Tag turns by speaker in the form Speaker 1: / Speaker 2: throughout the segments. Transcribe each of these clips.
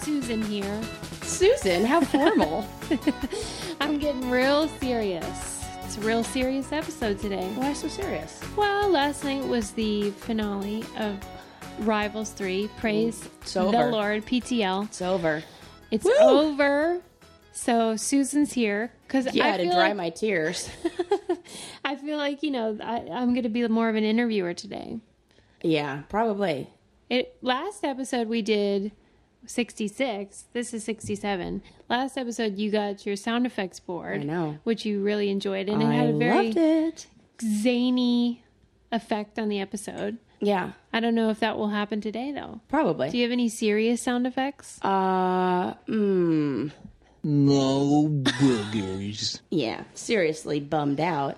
Speaker 1: Susan here. Susan, how formal. I'm getting real serious. It's a real serious episode today.
Speaker 2: Why so serious?
Speaker 1: Well, last night was the finale of Rivals 3. Praise
Speaker 2: It's
Speaker 1: the
Speaker 2: over.
Speaker 1: Lord, PTL.
Speaker 2: It's over.
Speaker 1: It's
Speaker 2: Woo!
Speaker 1: over. So Susan's here because
Speaker 2: Yeah, I
Speaker 1: I
Speaker 2: had to
Speaker 1: feel
Speaker 2: dry
Speaker 1: like,
Speaker 2: my tears.
Speaker 1: I feel like you know I, I'm going to be more of an interviewer today.
Speaker 2: yeah, probably.
Speaker 1: It last episode we did 66. This is 67. Last episode you got your sound effects board.
Speaker 2: I know.
Speaker 1: which you really enjoyed, and it
Speaker 2: I
Speaker 1: had a very
Speaker 2: loved it.
Speaker 1: zany effect on the episode.
Speaker 2: Yeah,
Speaker 1: I don't know if that will happen today though.
Speaker 2: probably.
Speaker 1: Do you have any serious sound effects?
Speaker 2: uh, mm,
Speaker 3: No boogers.
Speaker 2: yeah. Seriously bummed out.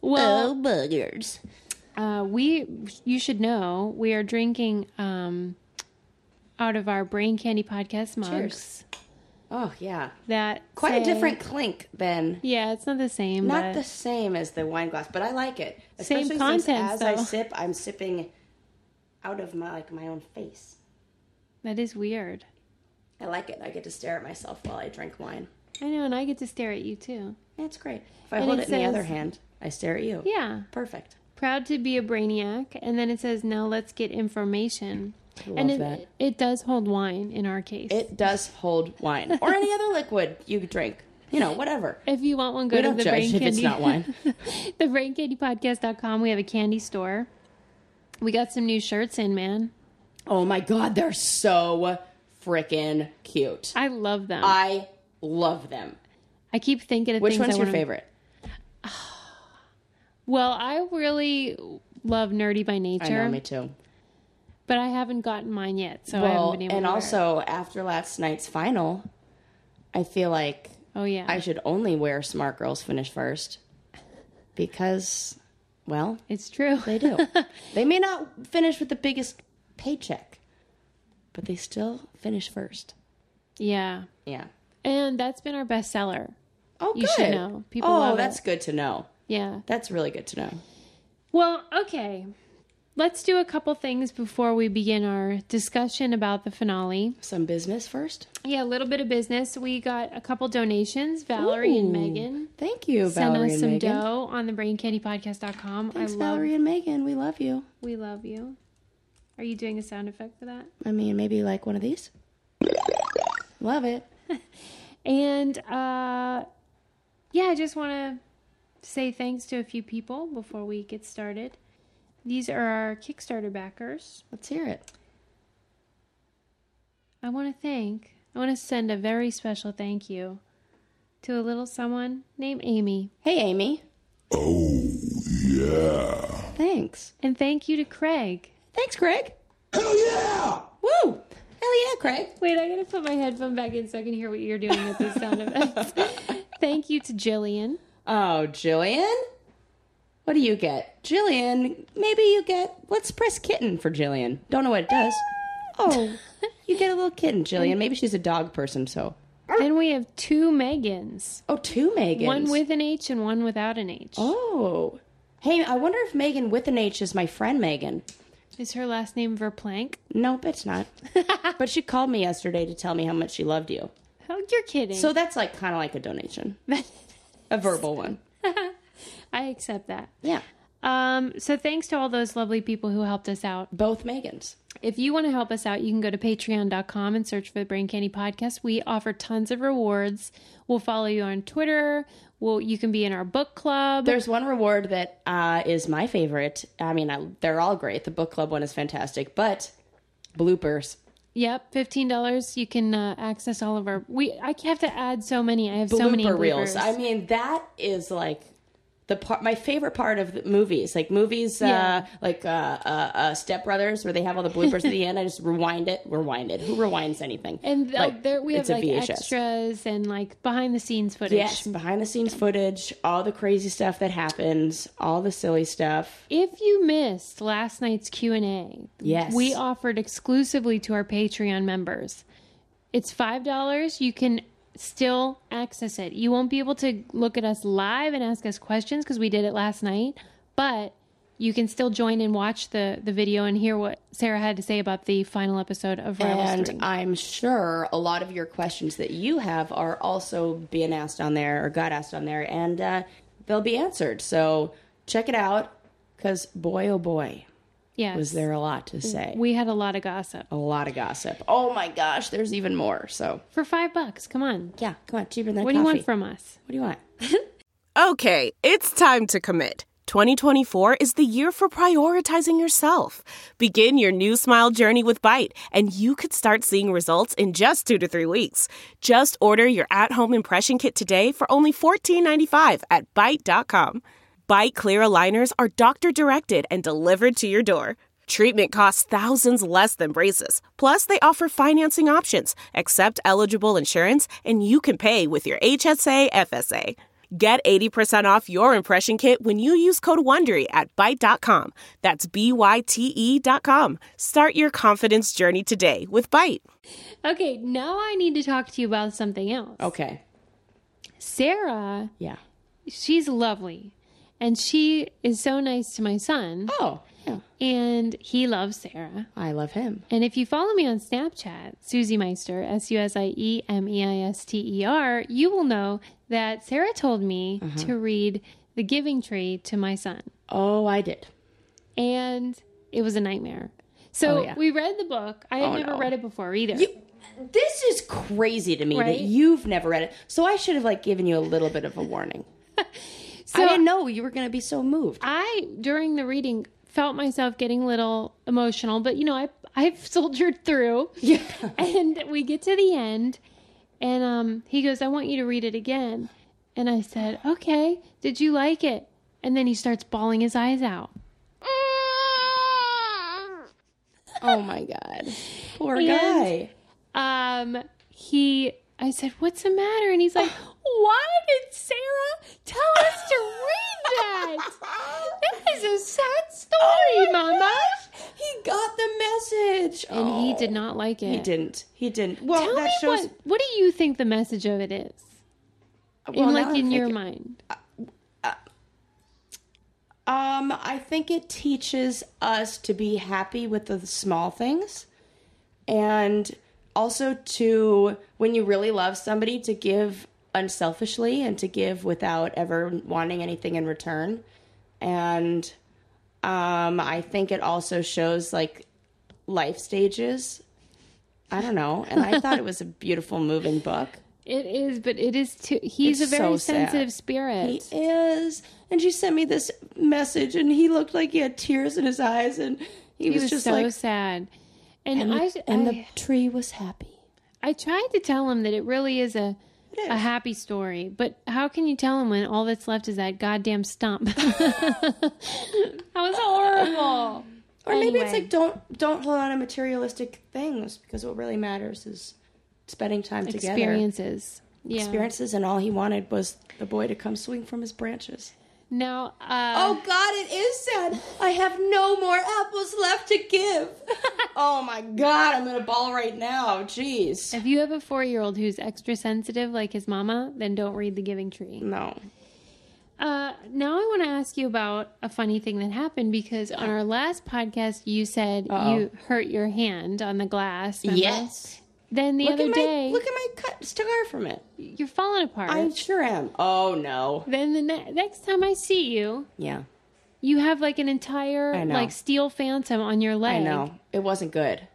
Speaker 1: Well,
Speaker 2: oh, boogers.
Speaker 1: Uh, we, you should know, we are drinking um, out of our Brain Candy Podcast mugs.
Speaker 2: Cheers. Oh, yeah.
Speaker 1: That
Speaker 2: Quite a
Speaker 1: say-
Speaker 2: different clink than.
Speaker 1: Yeah, it's not the same.
Speaker 2: Not the
Speaker 1: but
Speaker 2: same as the wine glass, but I like it.
Speaker 1: Same
Speaker 2: Especially since
Speaker 1: contents,
Speaker 2: As I
Speaker 1: though.
Speaker 2: sip, I'm sipping out of my like my own face.
Speaker 1: that is weird.
Speaker 2: I like it. I get to stare at myself while I drink wine.
Speaker 1: I know, and I get to stare at you too.
Speaker 2: That's great. If I
Speaker 1: And
Speaker 2: hold
Speaker 1: it
Speaker 2: it, in the
Speaker 1: says-
Speaker 2: other hand, I stare at you.
Speaker 1: Yeah,
Speaker 2: Perfect.
Speaker 1: proud to be a brainiac. And then it says, now let's get information. and
Speaker 2: love
Speaker 1: it,
Speaker 2: that.
Speaker 1: it does hold wine in our case.
Speaker 2: It does hold wine or any other liquid you drink. You know, whatever.
Speaker 1: if you want one, go
Speaker 2: We
Speaker 1: to
Speaker 2: don't
Speaker 1: the
Speaker 2: judge
Speaker 1: Brain
Speaker 2: if
Speaker 1: Candy.
Speaker 2: it's not wine.
Speaker 1: the braincandypodcast.com. We have a candy store. We got some new shirts in, man.
Speaker 2: Oh my God, they're so freaking cute.
Speaker 1: I love them.
Speaker 2: I love them.
Speaker 1: I keep thinking of
Speaker 2: Which
Speaker 1: things I
Speaker 2: one's your
Speaker 1: wanna-
Speaker 2: favorite?
Speaker 1: Well, I really love Nerdy by Nature,
Speaker 2: I know, me too.
Speaker 1: but I haven't gotten mine yet, so Oh, I haven't
Speaker 2: Well,
Speaker 1: been able.
Speaker 2: and
Speaker 1: to wear it.
Speaker 2: also after last night's final, I feel like
Speaker 1: oh yeah,
Speaker 2: I should only wear Smart Girls Finish First because, well,
Speaker 1: it's true.
Speaker 2: They do. they may not finish with the biggest paycheck, but they still finish first.
Speaker 1: Yeah,
Speaker 2: Yeah.
Speaker 1: and that's been our bestseller.
Speaker 2: Oh, good.
Speaker 1: You should know. People
Speaker 2: oh,
Speaker 1: love
Speaker 2: that's good to know.
Speaker 1: Yeah.
Speaker 2: That's really good to know.
Speaker 1: Well, okay. Let's do a couple things before we begin our discussion about the finale.
Speaker 2: Some business first.
Speaker 1: Yeah, a little bit of business. We got a couple donations. Valerie and Megan
Speaker 2: Thank you,
Speaker 1: sent
Speaker 2: Valerie
Speaker 1: us
Speaker 2: and
Speaker 1: some
Speaker 2: Megan.
Speaker 1: dough on the braincandypodcast.com.
Speaker 2: Thanks,
Speaker 1: I love
Speaker 2: Valerie and Megan. We love you.
Speaker 1: we love you. Are you doing a sound effect for that?
Speaker 2: I mean, maybe like one of these. love it.
Speaker 1: And uh, yeah, I just want to say thanks to a few people before we get started. These are our Kickstarter backers.
Speaker 2: Let's hear it.
Speaker 1: I want to thank, I want to send a very special thank you to a little someone named Amy.
Speaker 2: Hey, Amy. Oh, yeah. Thanks.
Speaker 1: And thank you to Craig.
Speaker 2: Thanks, Craig.
Speaker 3: Hell yeah!
Speaker 2: Woo! Hell yeah, Craig.
Speaker 1: Wait, I gotta put my headphone back in so I can hear what you're doing with this sound effects. thank you to Jillian.
Speaker 2: Oh, Jillian? What do you get? Jillian, maybe you get. Let's press kitten for Jillian. Don't know what it does. Oh, you get a little kitten, Jillian. Maybe she's a dog person, so.
Speaker 1: Then we have two Megans,
Speaker 2: Oh, two Megans.
Speaker 1: one with an H and one without an H.
Speaker 2: Oh. Hey, I wonder if Megan with an H is my friend Megan.
Speaker 1: Is her last name Verplank?
Speaker 2: Nope, it's not. but she called me yesterday to tell me how much she loved you.
Speaker 1: Oh, you're kidding.
Speaker 2: So that's like kind of like a donation, a verbal one.
Speaker 1: I accept that.
Speaker 2: Yeah.
Speaker 1: Um, so thanks to all those lovely people who helped us out.
Speaker 2: Both Megans.
Speaker 1: If you want to help us out, you can go to patreon.com and search for the Brain Candy Podcast. We offer tons of rewards. We'll follow you on Twitter. We'll, you can be in our book club.
Speaker 2: There's one reward that uh, is my favorite. I mean, I, they're all great. The book club one is fantastic, but bloopers.
Speaker 1: Yep, fifteen dollars. You can uh, access all of our. We I have to add so many. I have so
Speaker 2: Blooper
Speaker 1: many
Speaker 2: reels.
Speaker 1: bloopers.
Speaker 2: I mean, that is like the part. My favorite part of the movies, like movies,
Speaker 1: Yeah.
Speaker 2: uh, like uh, uh, uh, Step Brothers, where they have all the bloopers at the end. I just rewind it, rewind it. Who rewinds anything?
Speaker 1: and uh,
Speaker 2: Like,
Speaker 1: there we have
Speaker 2: it's a
Speaker 1: like
Speaker 2: VHS.
Speaker 1: extras and like behind the scenes footage.
Speaker 2: Yes, behind the scenes footage, all the crazy stuff that happens, all the silly stuff.
Speaker 1: If you missed last night's Q and A,
Speaker 2: Yes.
Speaker 1: we offered exclusively to our Patreon members. It's five dollars. You can still access it. You won't be able to look at us live and ask us questions because we did it last night, but You can still join and watch the, the video and hear what Sarah had to say about the final episode of Rivals
Speaker 2: And
Speaker 1: 3.
Speaker 2: I'm sure a lot of your questions that you have are also being asked on there or got asked on there, and uh, they'll be answered. So check it out because boy, oh boy,
Speaker 1: yes.
Speaker 2: was there a lot to say.
Speaker 1: We had a lot of gossip.
Speaker 2: a lot of gossip. Oh my gosh, there's even more. So
Speaker 1: For five bucks, come on.
Speaker 2: yeah, come on, cheaper than
Speaker 1: What do you want from us?
Speaker 2: What do you want?
Speaker 4: Okay, it's time to commit. 2024 is the year for prioritizing yourself. Begin your new smile journey with Bite, and you could start seeing results in just two to three weeks. Just order your at home impression kit today for only $14.95 at Bite.com. Bite Clear Aligners are doctor directed and delivered to your door. Treatment costs thousands less than braces. Plus, they offer financing options, accept eligible insurance, and you can pay with your HSA FSA. Get 80% off your impression kit when you use code WONDERY at Byte.com. That's B-Y-T-E E dot com. Start your confidence journey today with Byte.
Speaker 1: Okay, now I need to talk to you about something else.
Speaker 2: Okay,
Speaker 1: Sarah,
Speaker 2: yeah.
Speaker 1: she's lovely. And she is so nice to my son.
Speaker 2: Oh, yeah.
Speaker 1: And he loves Sarah.
Speaker 2: I love him.
Speaker 1: And if you follow me on Snapchat, Susie Meister, S U S I E M E I S T E R, you will know that Sarah told me
Speaker 2: Mm-hmm.
Speaker 1: to read The Giving Tree to my son.
Speaker 2: Oh, I did.
Speaker 1: And it was a nightmare. So
Speaker 2: Oh, yeah.
Speaker 1: we read the book. I had
Speaker 2: Oh,
Speaker 1: never
Speaker 2: no.
Speaker 1: read it before either.
Speaker 2: This is crazy to me
Speaker 1: Right?
Speaker 2: that you've never read it. So I should have like given you a little bit of a warning.
Speaker 1: so
Speaker 2: I didn't know you were going to be so moved.
Speaker 1: I, during the reading, felt myself getting a little emotional, but you know, I I've soldiered through.
Speaker 2: Yeah.
Speaker 1: and we get to the end and um he goes, I want you to read it again. And I said, Okay, did you like it? And then he starts bawling his eyes out.
Speaker 2: Oh my god. Poor
Speaker 1: And-
Speaker 2: guy.
Speaker 1: Um he I said, What's the matter? And he's like, Why did Sarah tell us to read that? That is a sad story, Mama.
Speaker 2: He got the message. Oh,
Speaker 1: And he did not like it.
Speaker 2: He didn't. He didn't. Well,
Speaker 1: Tell
Speaker 2: that
Speaker 1: me
Speaker 2: shows
Speaker 1: what what do you think the message of it is?
Speaker 2: Well,
Speaker 1: in
Speaker 2: now
Speaker 1: like
Speaker 2: I'm
Speaker 1: in your
Speaker 2: thinking-
Speaker 1: mind.
Speaker 2: Um, I think it teaches us to be happy with the small things and also to when you really love somebody to give unselfishly and to give without ever wanting anything in return. And um I think it also shows like life stages. I don't know. And I thought it was a beautiful moving book.
Speaker 1: It is, but it is too he's
Speaker 2: It's
Speaker 1: a very
Speaker 2: so sad.
Speaker 1: sensitive
Speaker 2: He
Speaker 1: spirit.
Speaker 2: is. And she sent me this message, and he looked like he had tears in his eyes, and he,
Speaker 1: He
Speaker 2: was,
Speaker 1: was
Speaker 2: just
Speaker 1: so
Speaker 2: like,
Speaker 1: sad. And,
Speaker 2: and,
Speaker 1: I
Speaker 2: the, and
Speaker 1: I,
Speaker 2: the tree was happy.
Speaker 1: I tried to tell him that it really is a a happy story, but how can you tell him when all that's left is that goddamn stump? that was horrible.
Speaker 2: Or maybe it's
Speaker 1: Anyway.
Speaker 2: like don't don't hold on to materialistic things because what really matters is spending time together.
Speaker 1: Experiences. Yeah.
Speaker 2: Experiences, and all he wanted was the boy to come swing from his branches.
Speaker 1: Now, uh,
Speaker 2: Oh God, it is sad. I have no more apples left to give. oh my God, I'm gonna ball right now. Jeez.
Speaker 1: if you have a four year old who's extra sensitive like his mama, then don't read The Giving Tree.
Speaker 2: No.
Speaker 1: Uh, now I want to ask you about a funny thing that happened because on our last podcast you said you hurt your hand on the glass. remember? Then the
Speaker 2: look
Speaker 1: other
Speaker 2: at
Speaker 1: day
Speaker 2: my look at my cut scar from it.
Speaker 1: you're falling apart.
Speaker 2: I sure am. Oh no.
Speaker 1: Then the ne- next time I see you,
Speaker 2: Yeah,
Speaker 1: you have like an entire
Speaker 2: I know.
Speaker 1: like steel phantom on your leg.
Speaker 2: I know it wasn't good.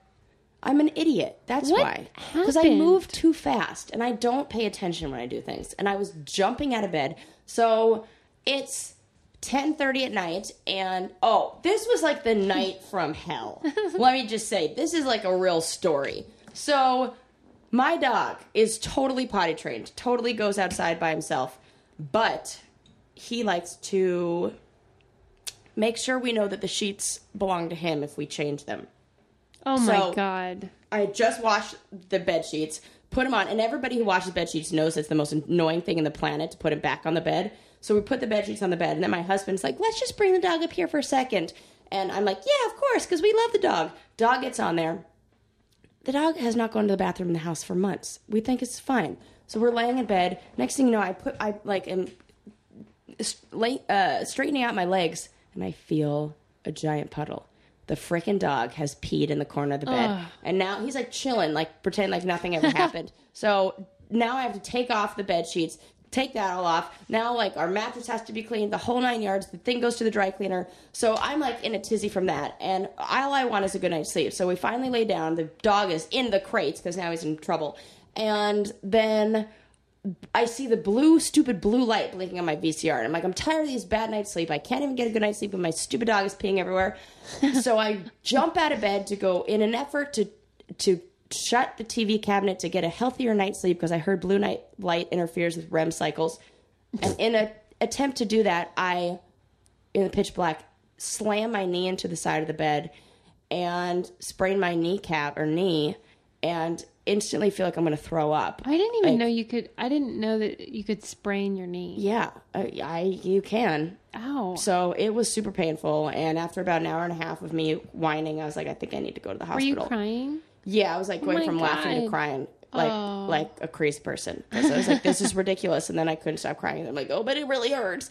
Speaker 2: I'm an idiot. That's
Speaker 1: What
Speaker 2: why. Because I
Speaker 1: happened?
Speaker 2: move too fast and I don't pay attention when I do things. And I was jumping out of bed. So it's 10:30 at night and oh, this was like the night from hell. Let me just say, this is like a real story. So my dog is totally potty trained. Totally goes outside by himself. But he likes to make sure we know that the sheets belong to him if we change them.
Speaker 1: Oh my
Speaker 2: So-
Speaker 1: god.
Speaker 2: I had just washed the bed sheets, put them on, and everybody who washes bed sheets knows it's the most annoying thing in the planet to put them back on the bed. So we put the bed sheets on the bed, and then my husband's like, "Let's just bring the dog up here for a second. And I'm like, "Yeah, of course, because we love the dog." Dog gets on there. The dog has not gone to the bathroom in the house for months. We think it's fine. So we're laying in bed. Next thing you know, I put I like am s- lay, uh, straightening out my legs, and I feel a giant puddle. The frickin' dog has peed in the corner of the bed. And now he's like chilling, like pretend like nothing ever happened. So now I have to take off the bed sheets, take that all off. Now, like, our mattress has to be cleaned, the whole nine yards. The thing goes to the dry cleaner. So I'm like in a tizzy from that. And all I want is a good night's sleep. So we finally lay down. The dog is in the crates because now he's in trouble. And then I see the blue, stupid blue light blinking on my VCR. And I'm like, I'm tired of these bad night's sleep. I can't even get a good night's sleep, and my stupid dog is peeing everywhere. so I jump out of bed to go in an effort to to shut the TV cabinet to get a healthier night's sleep because I heard blue night light interferes with REM cycles. And in an attempt to do that, I, in the pitch black, slam my knee into the side of the bed and sprain my kneecap or knee and instantly feel like I'm going to throw up.
Speaker 1: I didn't even know you could. I didn't know that you could sprain your knee.
Speaker 2: Yeah, I, I you can.
Speaker 1: Ow.
Speaker 2: So it was super painful, and after about an hour and a half of me whining, I was like, I think I need to go to the
Speaker 1: Were
Speaker 2: hospital.
Speaker 1: you crying?
Speaker 2: Yeah, I was like going
Speaker 1: Oh my
Speaker 2: from laughing to
Speaker 1: God. Oh.
Speaker 2: crying, like like a crazy person. 'Cause I was like, this is ridiculous, and then I couldn't stop crying. And I'm like, oh, but it really hurts.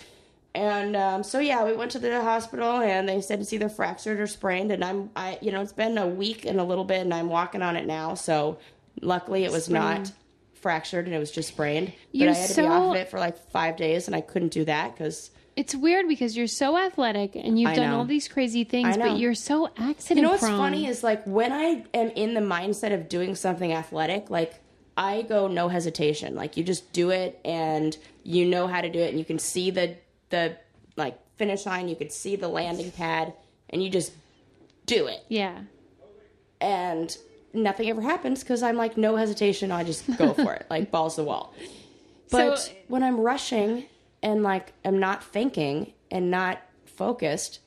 Speaker 2: And um, so yeah, we went to the hospital, and they said it's either fractured or sprained. And I'm, I, you know, it's been a week and a little bit, and I'm walking on it now. So luckily, it was not fractured, and it was just sprained.
Speaker 1: You're
Speaker 2: but I had to be off of
Speaker 1: so-
Speaker 2: it for like five days, and I couldn't do that because
Speaker 1: It's weird because you're so athletic and you've
Speaker 2: I
Speaker 1: done
Speaker 2: know.
Speaker 1: all these crazy things,
Speaker 2: I know.
Speaker 1: but you're so accident
Speaker 2: You know what's
Speaker 1: prone.
Speaker 2: funny is like when I am in the mindset of doing something athletic, like I go no hesitation. Like you just do it and you know how to do it and you can see the the like finish line, you could see the landing pad and you just do it.
Speaker 1: yeah.
Speaker 2: And nothing ever happens cuz I'm like no hesitation, I just go for it. Like balls to the wall. But
Speaker 1: So-
Speaker 2: when I'm rushing and like I'm not thinking and not focused,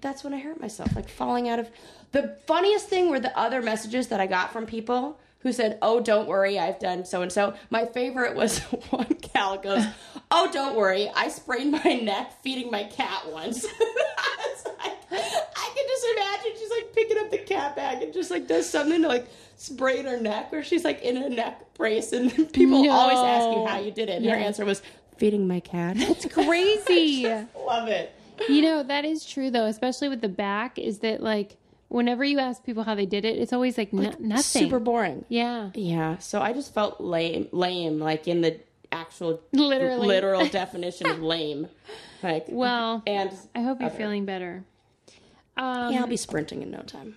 Speaker 2: that's when I hurt myself, like falling out of. The funniest thing were the other messages that I got from people who said, "Oh, don't worry, I've done so and so." My favorite was one gal goes, "Oh, don't worry, I sprained my neck feeding my cat once." I was like, I can just imagine she's like picking up the cat bag and just like does something to like sprain her neck, or she's like in a neck brace, and then people always ask you
Speaker 1: No.
Speaker 2: how you did it. And her answer was feeding my cat.
Speaker 1: It's crazy.
Speaker 2: Love it.
Speaker 1: you know, that is true though, especially with the back, is that like whenever you ask people how they did it, it's always like, no- nothing.
Speaker 2: Super boring.
Speaker 1: yeah.
Speaker 2: Yeah, so I just felt lame, lame, like in the actual
Speaker 1: Literally.
Speaker 2: literal definition of lame. Like,
Speaker 1: Well,
Speaker 2: and
Speaker 1: I hope you're feeling better. Um,
Speaker 2: yeah, I'll be sprinting in no time.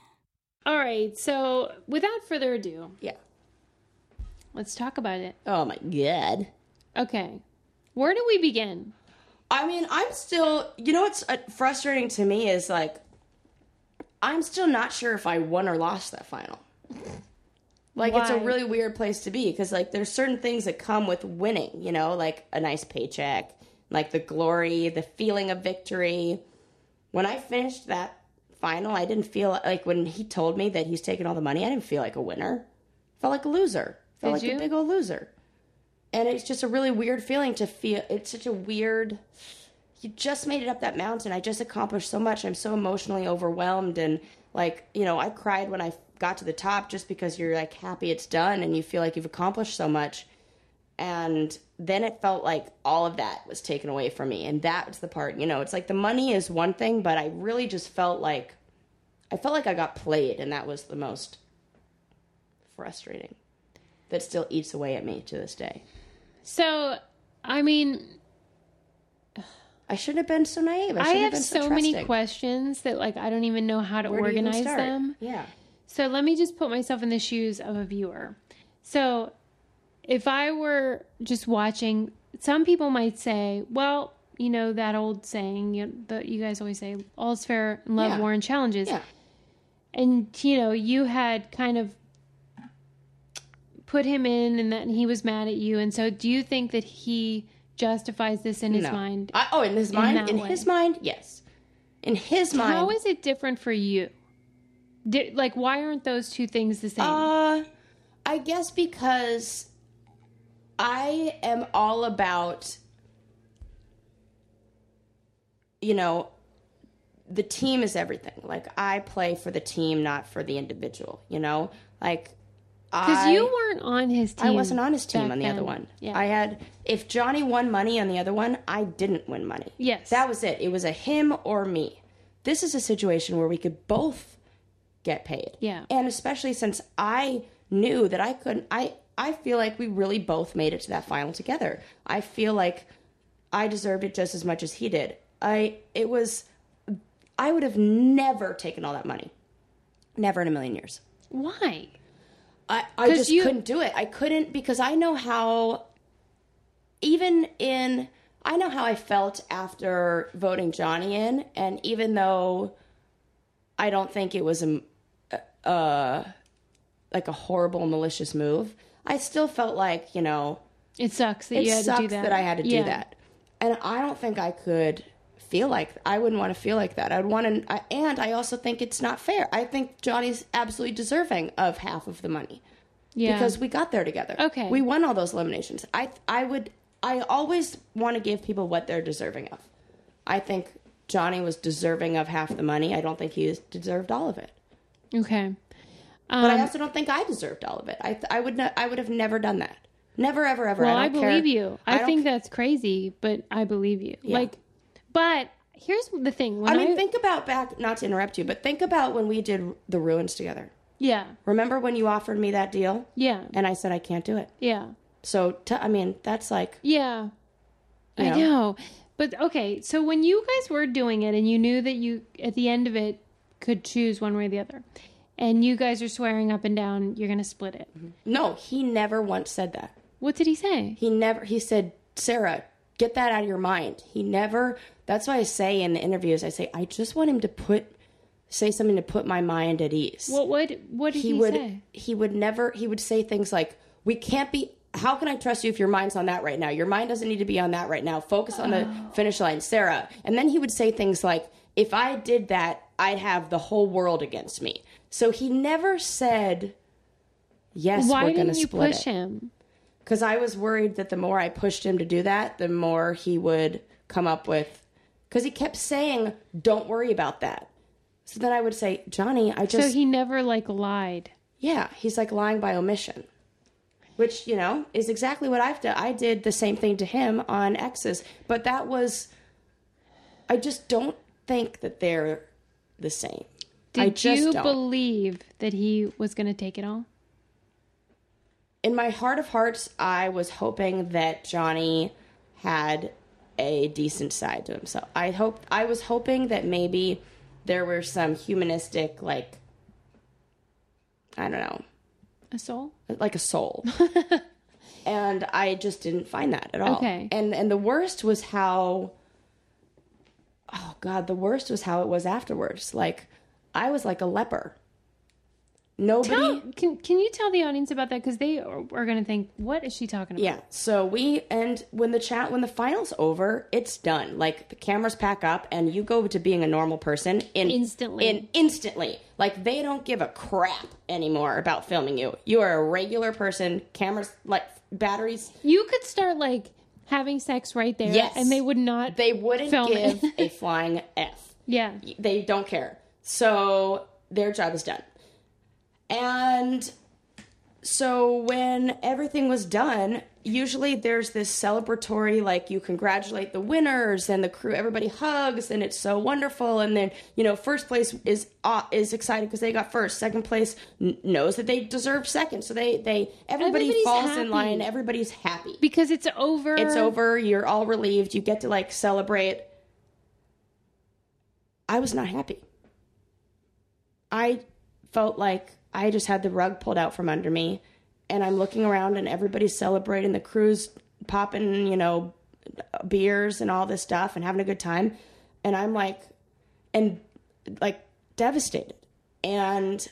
Speaker 1: all right. So without further ado,
Speaker 2: Yeah.
Speaker 1: let's talk about it.
Speaker 2: Oh my god.
Speaker 1: Okay. Where do we begin?
Speaker 2: I mean, I'm still. You know what's uh, frustrating to me is like, I'm still not sure if I won or lost that final. Like it's a
Speaker 1: Why?
Speaker 2: really weird place to be because like there's certain things that come with winning, you know, like a nice paycheck, like the glory, the feeling of victory. When I finished that final, I didn't feel like when he told me that he's taking all the money, I didn't feel like a winner. Felt like a loser. Felt
Speaker 1: Did
Speaker 2: like
Speaker 1: you?
Speaker 2: a big old loser. And it's just a really weird feeling to feel. It's such a weird. You just made it up that mountain. I just accomplished so much. I'm so emotionally overwhelmed and like you know, I cried when I got to the top just because you're like happy it's done and you feel like you've accomplished so much. And then it felt like all of that was taken away from me, and that was the part. You know, it's like the money is one thing, but I really just felt like I felt like I got played, and that was the most frustrating. That still eats away at me to this day.
Speaker 1: So, I mean,
Speaker 2: I shouldn't have been so naive. I,
Speaker 1: I
Speaker 2: shouldn't
Speaker 1: have
Speaker 2: been
Speaker 1: so,
Speaker 2: so
Speaker 1: many
Speaker 2: trusting.
Speaker 1: questions that like I don't even know how to
Speaker 2: Where do you even
Speaker 1: organize
Speaker 2: start?
Speaker 1: them.
Speaker 2: Yeah.
Speaker 1: So let me just put myself in the shoes of a viewer. So if I were just watching, some people might say, well, you know that old saying you, the, you guys always say all's fair in love
Speaker 2: Yeah.
Speaker 1: war and challenges
Speaker 2: Yeah.
Speaker 1: and you know you had kind of put him in and that he was mad at you and so do you think that he justifies this in his
Speaker 2: No.
Speaker 1: mind
Speaker 2: I, oh, in his mind?
Speaker 1: that
Speaker 2: in
Speaker 1: way.
Speaker 2: his mind, yes. In his mind.
Speaker 1: How is it different for you? Di- like, why aren't those two things the same?
Speaker 2: Uh, I guess because I am all about, you know, the team is everything. Like I play for the team, not for the individual. You know, like
Speaker 1: Because
Speaker 2: I
Speaker 1: you weren't on his team.
Speaker 2: I wasn't on his team
Speaker 1: back
Speaker 2: on the other
Speaker 1: then.
Speaker 2: one.
Speaker 1: Yeah.
Speaker 2: I had if Johnny won money on the other one, I didn't win money.
Speaker 1: Yes.
Speaker 2: That was it. It was a him or me. This is a situation where we could both get paid.
Speaker 1: Yeah.
Speaker 2: And especially since I knew that I couldn't I I feel like we really both made it to that final together. I feel like I deserved it just as much as he did. I it was I would have never taken all that money. Never in a million years.
Speaker 1: why?
Speaker 2: I, I
Speaker 1: 'Cause
Speaker 2: just
Speaker 1: you-
Speaker 2: couldn't do it. I couldn't because I know how, even in, I know how I felt after voting Johnny in. And even though I don't think it was a, m- a- uh, like a horrible, malicious move, I still felt like, you know,
Speaker 1: It sucks that
Speaker 2: it
Speaker 1: you had
Speaker 2: sucks
Speaker 1: to do that.
Speaker 2: I had to
Speaker 1: Yeah.
Speaker 2: do that. And I don't think I could feel like I wouldn't want to feel like that. I'd want to, I, and I also think it's not fair. I think Johnny's absolutely deserving of half of the money
Speaker 1: Yeah.
Speaker 2: because we got there together.
Speaker 1: Okay.
Speaker 2: we won all those eliminations. I I would I always want to give people what they're deserving of. I think Johnny was deserving of half the money. I don't think he deserved all of it.
Speaker 1: okay.
Speaker 2: But
Speaker 1: Um,
Speaker 2: I also don't think I deserved all of it. I I would not, I would have never done that. Never ever ever.
Speaker 1: Well,
Speaker 2: I,
Speaker 1: I,
Speaker 2: don't care.
Speaker 1: believe you. I,
Speaker 2: don't
Speaker 1: think
Speaker 2: ca-
Speaker 1: that's crazy, but I believe you. Like, but here's the thing. When
Speaker 2: I mean, think about back. Not to interrupt you, but think about when we did the ruins together.
Speaker 1: yeah,
Speaker 2: Remember when you offered me that deal
Speaker 1: yeah,
Speaker 2: and I said I can't do it.
Speaker 1: yeah,
Speaker 2: So t- I mean, that's like
Speaker 1: yeah. I
Speaker 2: Yeah.
Speaker 1: know. But okay, so when you guys were doing it and you knew that you at the end of it could choose one way or the other. And you guys are swearing up and down you're going to split it.
Speaker 2: Mm-hmm. no. He never once said that.
Speaker 1: What did he say?
Speaker 2: He never he said, "Sarah, get that out of your mind." He never That's why I say in the interviews I say I just want him to put say something to put my mind at ease.
Speaker 1: What would what did he,
Speaker 2: would
Speaker 1: say?
Speaker 2: he would never he would say things like, "We can't be how can I trust you if your mind's on that right now? Your mind doesn't need to be on that right now. Focus on the
Speaker 1: Oh.
Speaker 2: finish line, Sarah." And then he would say things like, "If I did that, I'd have the whole world against me." So he never said, "Yes,
Speaker 1: Why
Speaker 2: we're going to
Speaker 1: didn't you
Speaker 2: split
Speaker 1: push
Speaker 2: it."
Speaker 1: him?
Speaker 2: because I was worried that the more I pushed him to do that, the more he would come up with. Because he kept saying, "Don't worry about that." So then I would say, "Johnny, I just
Speaker 1: so he never like lied.
Speaker 2: yeah." He's like lying by omission, which you know is exactly what I've done. I did the same thing to him on exes, but that was. I just don't think that they're the same.
Speaker 1: Did
Speaker 2: I just
Speaker 1: you
Speaker 2: don't.
Speaker 1: believe that he was going to take it all?
Speaker 2: in my heart of hearts, I was hoping that Johnny had a decent side to himself. I hoped I was hoping that maybe there were some humanistic like I don't know,
Speaker 1: A soul?
Speaker 2: like a soul. and I just didn't find that at all.
Speaker 1: Okay.
Speaker 2: And and the worst was how Oh god, the worst was how it was afterwards. Like I was like a leper. Nobody
Speaker 1: Tell, can can you tell the audience about that cuz they are, are going to think what is she talking about?
Speaker 2: Yeah. So we and when the chat when the finals over, it's done. Like the cameras pack up and you go to being a normal person in
Speaker 1: Instantly.
Speaker 2: In instantly. Like they don't give a crap anymore about filming you. You are a regular person. Cameras like batteries.
Speaker 1: You could start like having sex right there
Speaker 2: Yes.
Speaker 1: and they would not
Speaker 2: They wouldn't
Speaker 1: Film it.
Speaker 2: give a flying f.
Speaker 1: Yeah.
Speaker 2: They don't care. So their job is done. And so when everything was done, usually there's this celebratory like you congratulate the winners and the crew everybody hugs and it's so wonderful and then you know first place is uh, is excited because they got first, second place n- knows that they deserve second. So they they everybody
Speaker 1: Everybody's
Speaker 2: falls
Speaker 1: happy.
Speaker 2: in line, everybody's happy
Speaker 1: Because it's over.
Speaker 2: it's over you're all relieved you get to like celebrate I was not happy. I felt like I just had the rug pulled out from under me, and I'm looking around and everybody's celebrating the cruise, popping, you know, beers and all this stuff and having a good time. And I'm like, and like devastated. And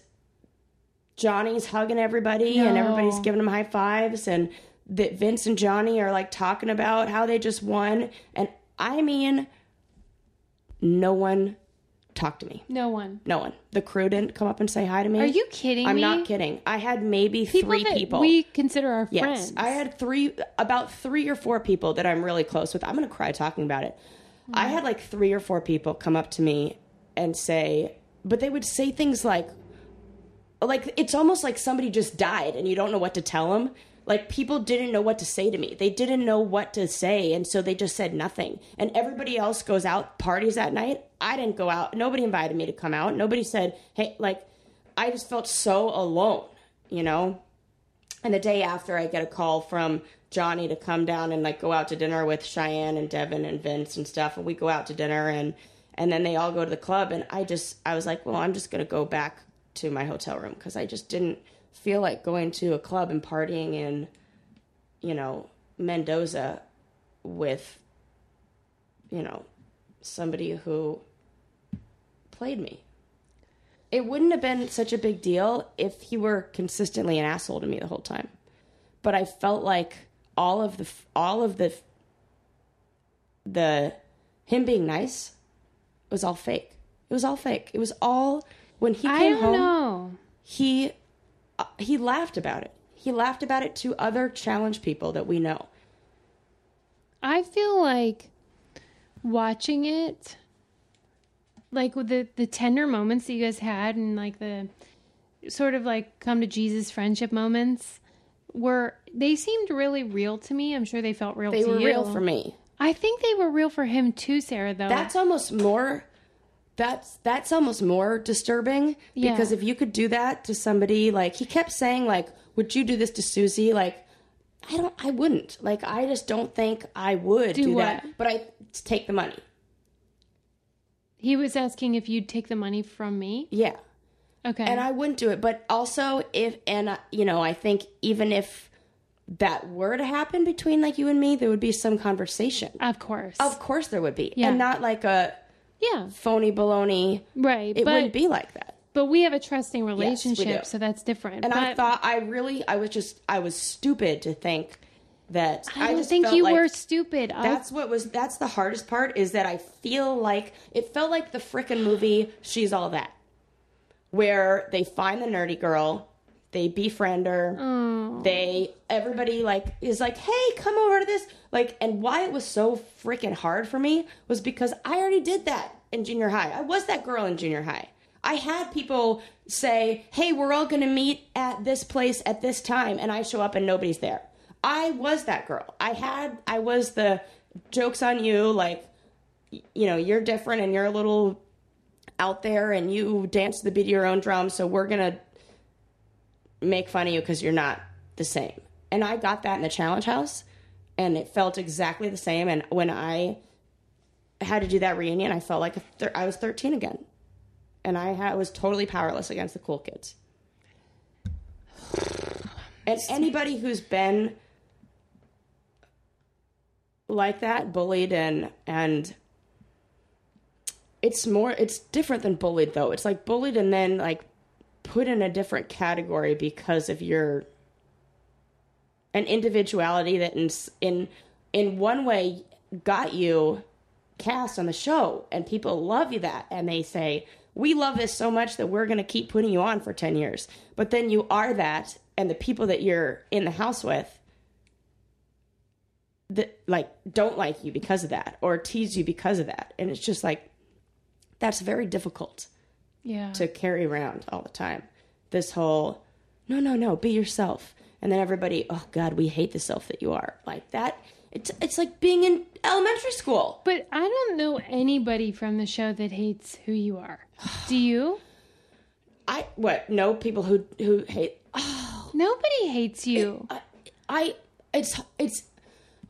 Speaker 2: Johnny's hugging everybody and everybody's giving him high fives and that Vince and Johnny are like talking about how they just won and I mean no one talked to me.
Speaker 1: No one.
Speaker 2: No one. The crew didn't come up and say hi to me.
Speaker 1: Are you kidding
Speaker 2: I'm
Speaker 1: me?
Speaker 2: not kidding. I had maybe
Speaker 1: People
Speaker 2: three
Speaker 1: that
Speaker 2: people.
Speaker 1: we consider our
Speaker 2: yes.
Speaker 1: friends.
Speaker 2: I had three about three or four people that I'm really close with. I'm gonna cry talking about it. I had like three or four people come up to me and say but they would say things like like it's almost like somebody just died and you don't know what to tell them like people didn't know what to say to me they didn't know what to say and so they just said nothing and everybody else goes out parties that night i didn't go out nobody invited me to come out nobody said hey like i just felt so alone you know and the day after i get a call from johnny to come down and like go out to dinner with cheyenne and devin and vince and stuff and we go out to dinner and and then they all go to the club and i just i was like well i'm just going to go back to my hotel room because i just didn't feel like going to a club and partying in you know mendoza with you know somebody who played me it wouldn't have been such a big deal if he were consistently an asshole to me the whole time but i felt like all of the all of the the him being nice was all fake it was all fake it was all when he came
Speaker 1: I don't
Speaker 2: home
Speaker 1: know.
Speaker 2: he uh, he laughed about it he laughed about it to other challenge people that we know
Speaker 1: I feel like watching it, like with the the tender moments that you guys had, and like the sort of like come to Jesus friendship moments, were they seemed really real to me. I'm sure they felt real. Uh-huh.
Speaker 2: they
Speaker 1: to
Speaker 2: were
Speaker 1: you.
Speaker 2: real for me
Speaker 1: I think they were real for him too, Sarah. Though
Speaker 2: that's almost more that's that's almost more disturbing
Speaker 1: Yeah.
Speaker 2: because if you could do that to somebody like he kept saying like would you do this to susie like i don't i wouldn't like i just don't think i would
Speaker 1: Do
Speaker 2: do, that
Speaker 1: what?
Speaker 2: but i take the money
Speaker 1: he was asking if you'd take the money from me.
Speaker 2: yeah
Speaker 1: Okay,
Speaker 2: and i wouldn't do it but also if and uh, you know i think even if that were to happen between like you and me there would be some conversation
Speaker 1: of course,
Speaker 2: of course there would be
Speaker 1: Yeah.
Speaker 2: and not like a
Speaker 1: yeah,
Speaker 2: phony baloney
Speaker 1: right.
Speaker 2: it
Speaker 1: but
Speaker 2: wouldn't be like that
Speaker 1: but we have a trusting
Speaker 2: do.
Speaker 1: relationship, so that's different.
Speaker 2: And I
Speaker 1: But-
Speaker 2: thought I really I was just I was stupid to think that
Speaker 1: I don't
Speaker 2: just
Speaker 1: think
Speaker 2: felt
Speaker 1: you
Speaker 2: like
Speaker 1: were stupid. I-
Speaker 2: That's what was that's the hardest part is that I feel like it felt like the frickin' movie She's All That. Where they find the nerdy girl, they befriend her, they everybody like is like, hey, come over to this like and why it was so frickin' hard for me was because I already did that in junior high. I was that girl in junior high. I had people say, Hey, we're all gonna meet at this place at this time and I show up and nobody's there. I was that girl. I had I was the jokes on you, like y- you know, you're different and you're a little out there and you dance to the beat of your own drum, so we're gonna make fun of you because you're not the same. And I got that in the challenge house and it felt exactly the same. And when I had to do that reunion, I felt like a thir- I was 13 again. And I ha- was totally powerless against the cool kids. And anybody who's been like that, bullied and and it's more it's different than bullied though. It's like bullied and then like put in a different category because of your an individuality that in s- in in one way got you cast on the show and people love you that and they say we love this so much that we're going to keep putting you on for 10 years but then you are that and the people that you're in the house with that like don't like you because of that or tease you because of that and it's just like that's very difficult
Speaker 1: yeah.
Speaker 2: to carry around all the time. This whole no, no, no, be yourself. And then everybody, oh God, we hate the self that you are. Like that, it's it's like being in elementary school.
Speaker 1: But I don't know anybody from the show that hates who you are. Do you?
Speaker 2: I what? No people who who hate.
Speaker 1: Nobody hates you.
Speaker 2: I, I it's it's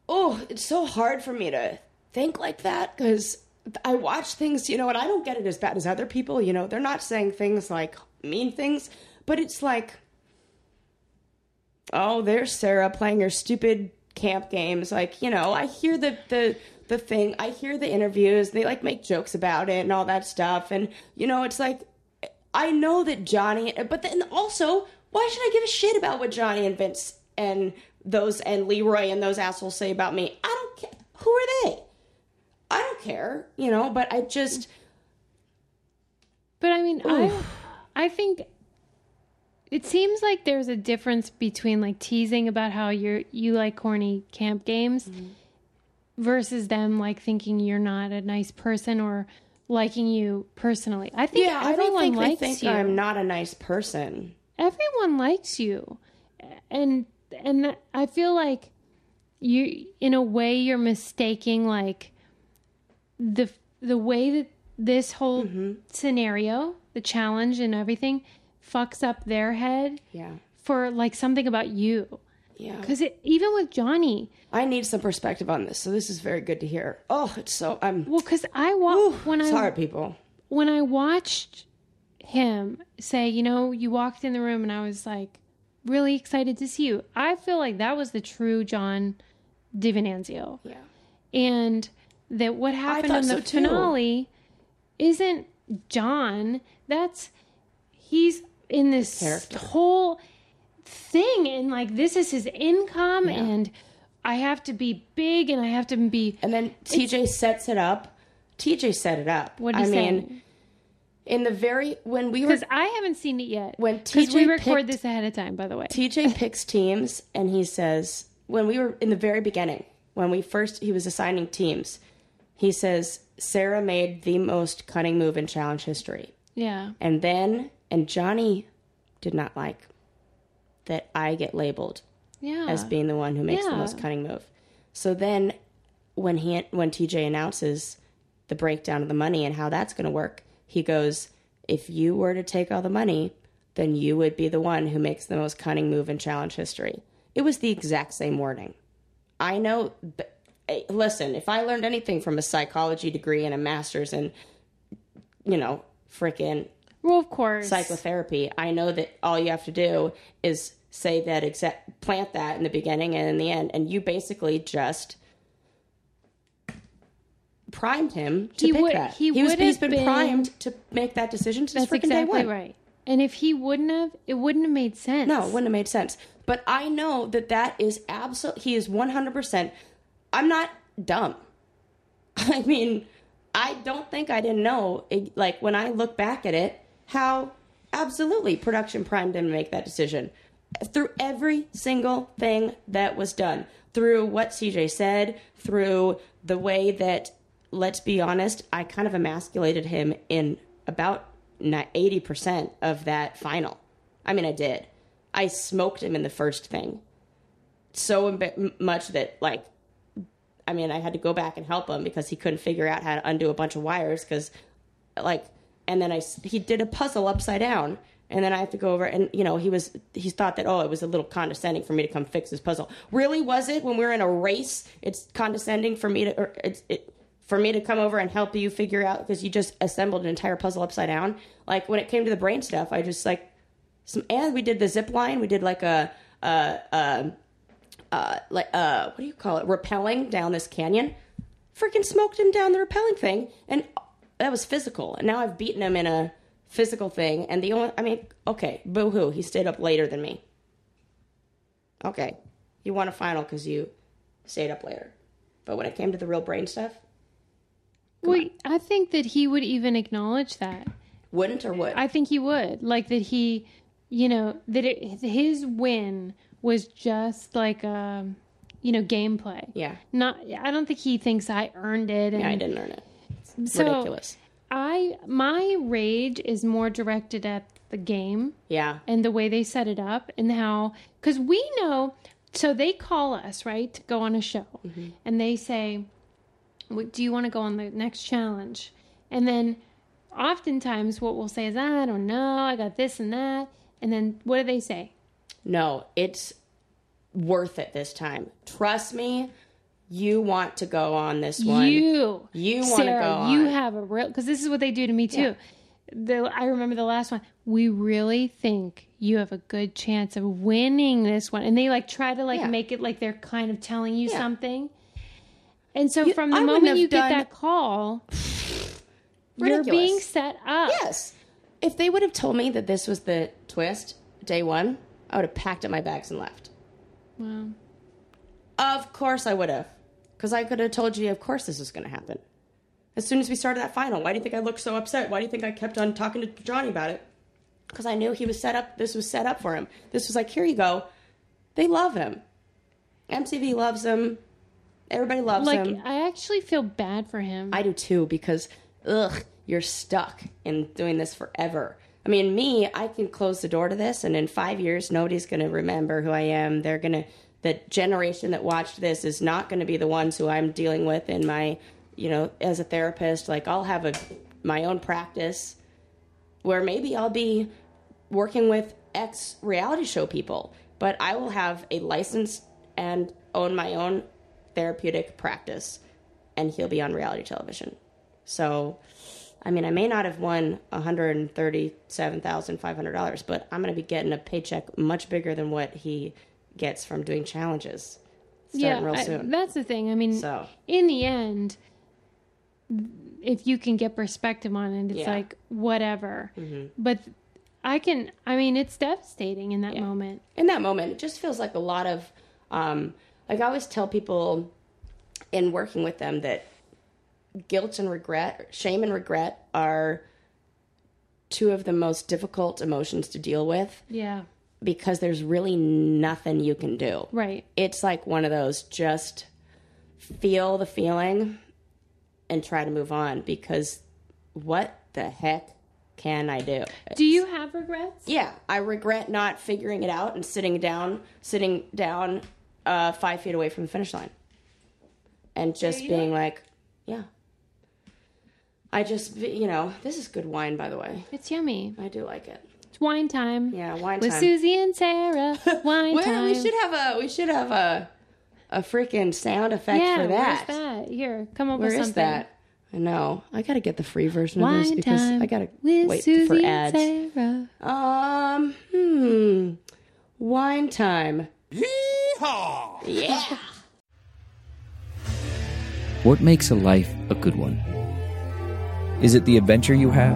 Speaker 2: oh, it's so hard for me to think like that because I watch things, you know, and I don't get it as bad as other people. You know, they're not saying things like mean things, but it's like, oh, there's Sarah playing her stupid camp games. Like, you know, I hear the the the thing, I hear the interviews. They like make jokes about it and all that stuff, and you know, it's like, I know that Johnny, but then also, why should I give a shit about what Johnny and Vince and those and Leroy and those assholes say about me? I don't care. Who are they? I don't care, you know, but I just
Speaker 1: But I mean, I I think it seems like there's a difference between like teasing about how you're you like corny camp games
Speaker 2: Mm-hmm.
Speaker 1: versus them like thinking you're not a nice person or liking you personally. I think
Speaker 2: yeah, I
Speaker 1: everyone
Speaker 2: don't think they
Speaker 1: likes
Speaker 2: think
Speaker 1: you.
Speaker 2: I'm not a nice person.
Speaker 1: everyone likes you and and that- i feel like you in a way you're mistaking like the the way that this whole
Speaker 2: Mm-hmm.
Speaker 1: scenario the challenge and everything fucks up their head
Speaker 2: Yeah.
Speaker 1: for like something about you
Speaker 2: Yeah.
Speaker 1: because it even with johnny
Speaker 2: I need some perspective on this, so this is very good to hear. Oh, it's so I'm
Speaker 1: well because i wa- when i
Speaker 2: sorry, people.
Speaker 1: when I watched him say, you know, you walked in the room and I was like really excited to see you. I feel like that was the true John DiVincenzo.
Speaker 2: Yeah.
Speaker 1: And that what happened
Speaker 2: thought
Speaker 1: in the
Speaker 2: so, too.
Speaker 1: finale isn't John. That's he's in this
Speaker 2: Character.
Speaker 1: whole thing and like this is his income and I have to be big and I have to be
Speaker 2: And then TJ sets it up. TJ set it up.
Speaker 1: what do
Speaker 2: I
Speaker 1: you
Speaker 2: mean,
Speaker 1: saying?
Speaker 2: in the very when we were
Speaker 1: Because I haven't seen it yet.
Speaker 2: When
Speaker 1: because we
Speaker 2: TJ
Speaker 1: record
Speaker 2: picked-
Speaker 1: this ahead of time, by the way.
Speaker 2: TJ picks teams and he says, when we were in the very beginning, when we first, he was assigning teams, he says, Sarah made the most cunning move in challenge history.
Speaker 1: yeah,
Speaker 2: And then, and Johnny did not like that I get labeled
Speaker 1: yeah.
Speaker 2: as being the one who makes the
Speaker 1: Yeah.
Speaker 2: most cunning move. So then, when he when TJ announces the breakdown of the money and how that's going to work, he goes, "If you were to take all the money, then you would be the one who makes the most cunning move in challenge history." It was the exact same wording. I know. But, eh, listen, if I learned anything from a psychology degree and a master's in, you know, frickin'
Speaker 1: well, of course.
Speaker 2: psychotherapy, I know that all you have to do is say that exact plant that in the beginning and in the end, and you basically just primed him to
Speaker 1: He
Speaker 2: pick
Speaker 1: would-
Speaker 2: that.
Speaker 1: he
Speaker 2: was,
Speaker 1: would
Speaker 2: he's
Speaker 1: have
Speaker 2: been,
Speaker 1: been-
Speaker 2: primed to make that decision since
Speaker 1: That's
Speaker 2: freaking day
Speaker 1: exactly
Speaker 2: one.
Speaker 1: right. And if he wouldn't have, it wouldn't have made sense.
Speaker 2: No, it wouldn't have made sense. But I know that that is absolute. He is one hundred percent. I'm not dumb. I mean, I don't think I didn't know. It, like when I look back at it, how absolutely production primed him to make that decision through every single thing that was done, through what CJ said, through the way that, let's be honest, I kind of emasculated him in about eighty percent of that final. I mean, I did. I smoked him in the first thing so emb- much that like I mean, I had to go back and help him because he couldn't figure out how to undo a bunch of wires because, like, and then I s- he did a puzzle upside down, and then I have to go over and you know he was he thought that oh it was a little condescending for me to come fix his puzzle. Really was it when we were in a race? It's condescending for me to or it's it. For me to come over and help you figure out because you just assembled an entire puzzle upside down. Like when it came to the brain stuff, I just like some and we did the zip line. We did like a like uh what do you call it rappelling down this canyon freaking smoked him down the rappelling thing and that was physical and now i've beaten him in a physical thing and the only i mean okay boo-hoo he stayed up later than me okay you won a final because you stayed up later but when it came to the real brain stuff
Speaker 1: Well, I think that he would even acknowledge that.
Speaker 2: wouldn't or would
Speaker 1: I think he would. Like that he, you know, that it, his win was just like um, you know, gameplay.
Speaker 2: yeah
Speaker 1: Not. I don't think he thinks I earned it. And
Speaker 2: yeah i didn't earn it it's
Speaker 1: So-
Speaker 2: ridiculous
Speaker 1: I my rage is more directed at the game.
Speaker 2: yeah
Speaker 1: and the way they set it up and how because we know so they call us right to go on a show and they say "What- do you want to go on the next challenge and then oftentimes what we'll say is i don't know i got this and that and then what do they say
Speaker 2: No, it's worth it this time. Trust me, You want to go on this one.
Speaker 1: You,
Speaker 2: You wanna
Speaker 1: Sarah,
Speaker 2: go
Speaker 1: you
Speaker 2: on.
Speaker 1: have a real because this is what they do to me too. The, I remember the last one. We really think you have a good chance of winning this one, and they like try to like
Speaker 2: Yeah.
Speaker 1: make it like they're kind of telling you
Speaker 2: Yeah.
Speaker 1: something. And so
Speaker 2: You-
Speaker 1: from the
Speaker 2: I wouldn't
Speaker 1: moment
Speaker 2: have
Speaker 1: you
Speaker 2: done-
Speaker 1: get that call, you're
Speaker 2: Ridiculous.
Speaker 1: being set up.
Speaker 2: Yes. If they would have told me that this was the twist day one, I would have packed up my bags and left.
Speaker 1: Wow.
Speaker 2: Of course I would have. Because I could have told you, of course this was going to happen. As soon as we started that final, why do you think I looked so upset? Why do you think I kept on talking to Johnny about it? Because I knew he was set up. This was set up for him. This was like, here you go. They love him. MTV loves him. Everybody loves
Speaker 1: Like
Speaker 2: him.
Speaker 1: I actually feel bad for him.
Speaker 2: I do too because ugh, you're stuck in doing this forever. I mean, me, I can close the door to this, and in five years, nobody's going to remember who I am. They're going to the generation that watched this is not going to be the ones who I'm dealing with in my, you know, as a therapist. Like I'll have a my own practice where maybe I'll be working with ex reality show people, but I will have a license and own my own therapeutic practice, and he'll be on reality television. So, I mean, I may not have won $137,500, but I'm going to be getting a paycheck much bigger than what he gets from doing challenges starting real
Speaker 1: I-
Speaker 2: soon.
Speaker 1: that's the thing. I mean,
Speaker 2: So.
Speaker 1: in the end, if you can get perspective on it, it's
Speaker 2: Yeah. Mm-hmm.
Speaker 1: like whatever. But I can. I mean, it's devastating in that moment.
Speaker 2: in that moment, it just feels like a lot of, um, like I always tell people in working with them that guilt and regret, shame and regret are two of the most difficult emotions to deal with
Speaker 1: Yeah.
Speaker 2: because there's really nothing you can do.
Speaker 1: Right.
Speaker 2: It's like one of those just feel the feeling and try to move on because what the heck can I do?
Speaker 1: Do you have regrets?
Speaker 2: Yeah, I regret not figuring it out and sitting down, sitting down uh, five feet away from the finish line, and just being like, yeah. I just, you know, this is good wine, by the way.
Speaker 1: It's yummy.
Speaker 2: I do like it.
Speaker 1: It's wine time.
Speaker 2: Yeah, wine
Speaker 1: With
Speaker 2: time.
Speaker 1: Susie and Sarah, wine
Speaker 2: Well,
Speaker 1: time.
Speaker 2: we should have a, we should have a, a freaking sound effect
Speaker 1: yeah,
Speaker 2: for that.
Speaker 1: where's that? Here, come up
Speaker 2: Where
Speaker 1: with
Speaker 2: is
Speaker 1: something.
Speaker 2: that? I know. I gotta get the free version of this
Speaker 1: Wine
Speaker 2: because
Speaker 1: time.
Speaker 2: I gotta
Speaker 1: with
Speaker 2: wait
Speaker 1: Susie
Speaker 2: for ads.
Speaker 1: And Sarah.
Speaker 2: Um, hmm. Wine time. Yeah.
Speaker 5: What makes a life a good one? Is it the adventure you have?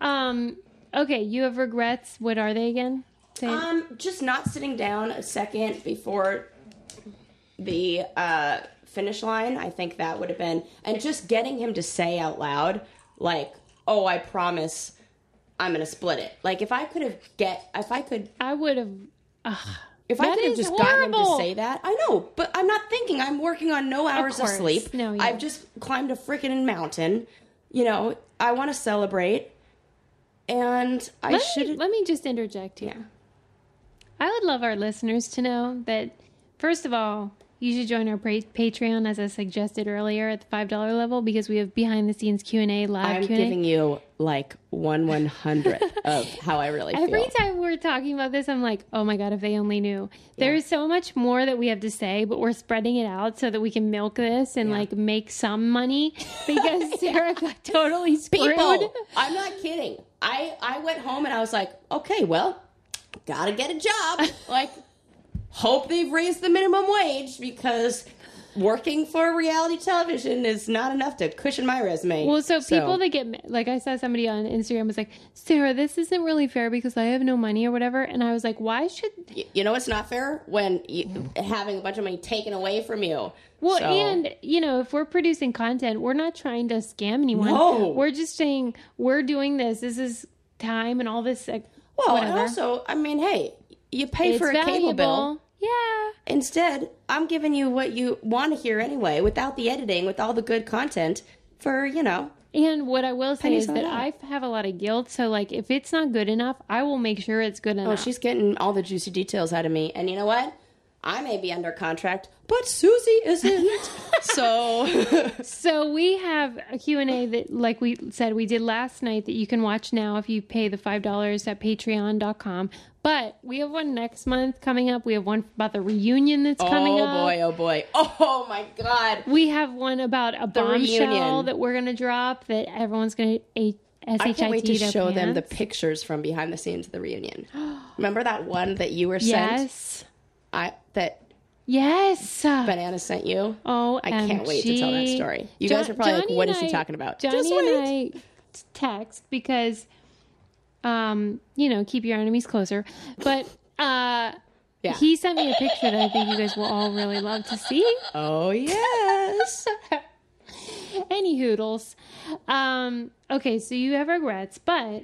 Speaker 1: Um. Okay, you have regrets. What are they again? Say it.
Speaker 2: Um, just not sitting down a second before the uh, finish line. I think that would have been, and just getting him to say out loud, like, "Oh, I promise, I'm gonna split it." Like, if I could have get, if I could,
Speaker 1: I would have.
Speaker 2: if I
Speaker 1: That
Speaker 2: could have
Speaker 1: is
Speaker 2: just gotten him to
Speaker 1: horrible.
Speaker 2: say that, I know, but I'm not thinking. I'm working on no hours of,
Speaker 1: course.
Speaker 2: sleep.
Speaker 1: No, yeah.
Speaker 2: I've just climbed a freaking mountain. You know, I want to celebrate, and I
Speaker 1: Let me,
Speaker 2: should.
Speaker 1: let me just interject here.
Speaker 2: Yeah.
Speaker 1: I would love our listeners to know that, first of all, you should join our pa- Patreon as I suggested earlier at the five dollar level because we have behind the scenes Q and A live
Speaker 2: I'm
Speaker 1: Q
Speaker 2: giving
Speaker 1: and A.
Speaker 2: you like one one hundredth of how I really
Speaker 1: Every
Speaker 2: feel.
Speaker 1: time we're talking about this, I'm like, oh my god, if they only knew. There is so much more that we have to say, but we're spreading it out so that we can milk this and like make some money because Sarah got totally screwed.
Speaker 2: People, I'm not kidding. I I went home and I was like, okay, well, gotta get a job. like, hope they've raised the minimum wage because working for reality television is not enough to cushion my resume.
Speaker 1: Well, so people that get ma- like I saw somebody on Instagram was like, "Sarah, this isn't really fair because I have no money or whatever," and I was like, "Why should?"
Speaker 2: Y- you know it's not fair when you, having a bunch of money taken away from you.
Speaker 1: Well,
Speaker 2: So-
Speaker 1: and you know, if we're producing content, we're not trying to scam anyone.
Speaker 2: No.
Speaker 1: We're just saying we're doing this. This is time and all this. Like,
Speaker 2: well, and
Speaker 1: whatever.
Speaker 2: also, I mean, hey, you pay
Speaker 1: It's
Speaker 2: for a cable bill.
Speaker 1: valuable. Yeah.
Speaker 2: Instead, I'm giving you what you want to hear anyway, without the editing, with all the good content for, you know,
Speaker 1: And what I will say
Speaker 2: Pennies
Speaker 1: is
Speaker 2: on
Speaker 1: that
Speaker 2: the
Speaker 1: I have a lot of guilt. So, like, if it's not good enough, I will make sure it's good enough.
Speaker 2: oh, she's getting all the juicy details out of me. And you know what? I may be under contract, but Susie isn't. so,
Speaker 1: So we have a Q&A that, like we said, we did last night that you can watch now if you pay the $5 at patreon.com. But we have one next month coming up. We have one about the reunion that's coming
Speaker 2: oh
Speaker 1: up.
Speaker 2: boy, oh boy. Oh my God.
Speaker 1: We have one about a bombshell
Speaker 2: reunion.
Speaker 1: that we're going to drop that everyone's going to
Speaker 2: I can't wait to
Speaker 1: E
Speaker 2: show them the
Speaker 1: pants.
Speaker 2: pictures from behind the scenes of the reunion. Remember that one that you were sent?
Speaker 1: Yes.
Speaker 2: I that
Speaker 1: Yes.
Speaker 2: Banana sent you.
Speaker 1: Oh,
Speaker 2: I can't wait to tell that story. You guys are probably like, "What is she talking about?"
Speaker 1: Johnny
Speaker 2: Just
Speaker 1: and I text because, um, you know, keep your enemies closer. But uh,
Speaker 2: Yeah.
Speaker 1: he sent me a picture that I think you guys will all really love to see.
Speaker 2: Oh yes.
Speaker 1: Any hoodles. Um, okay, so you have regrets, but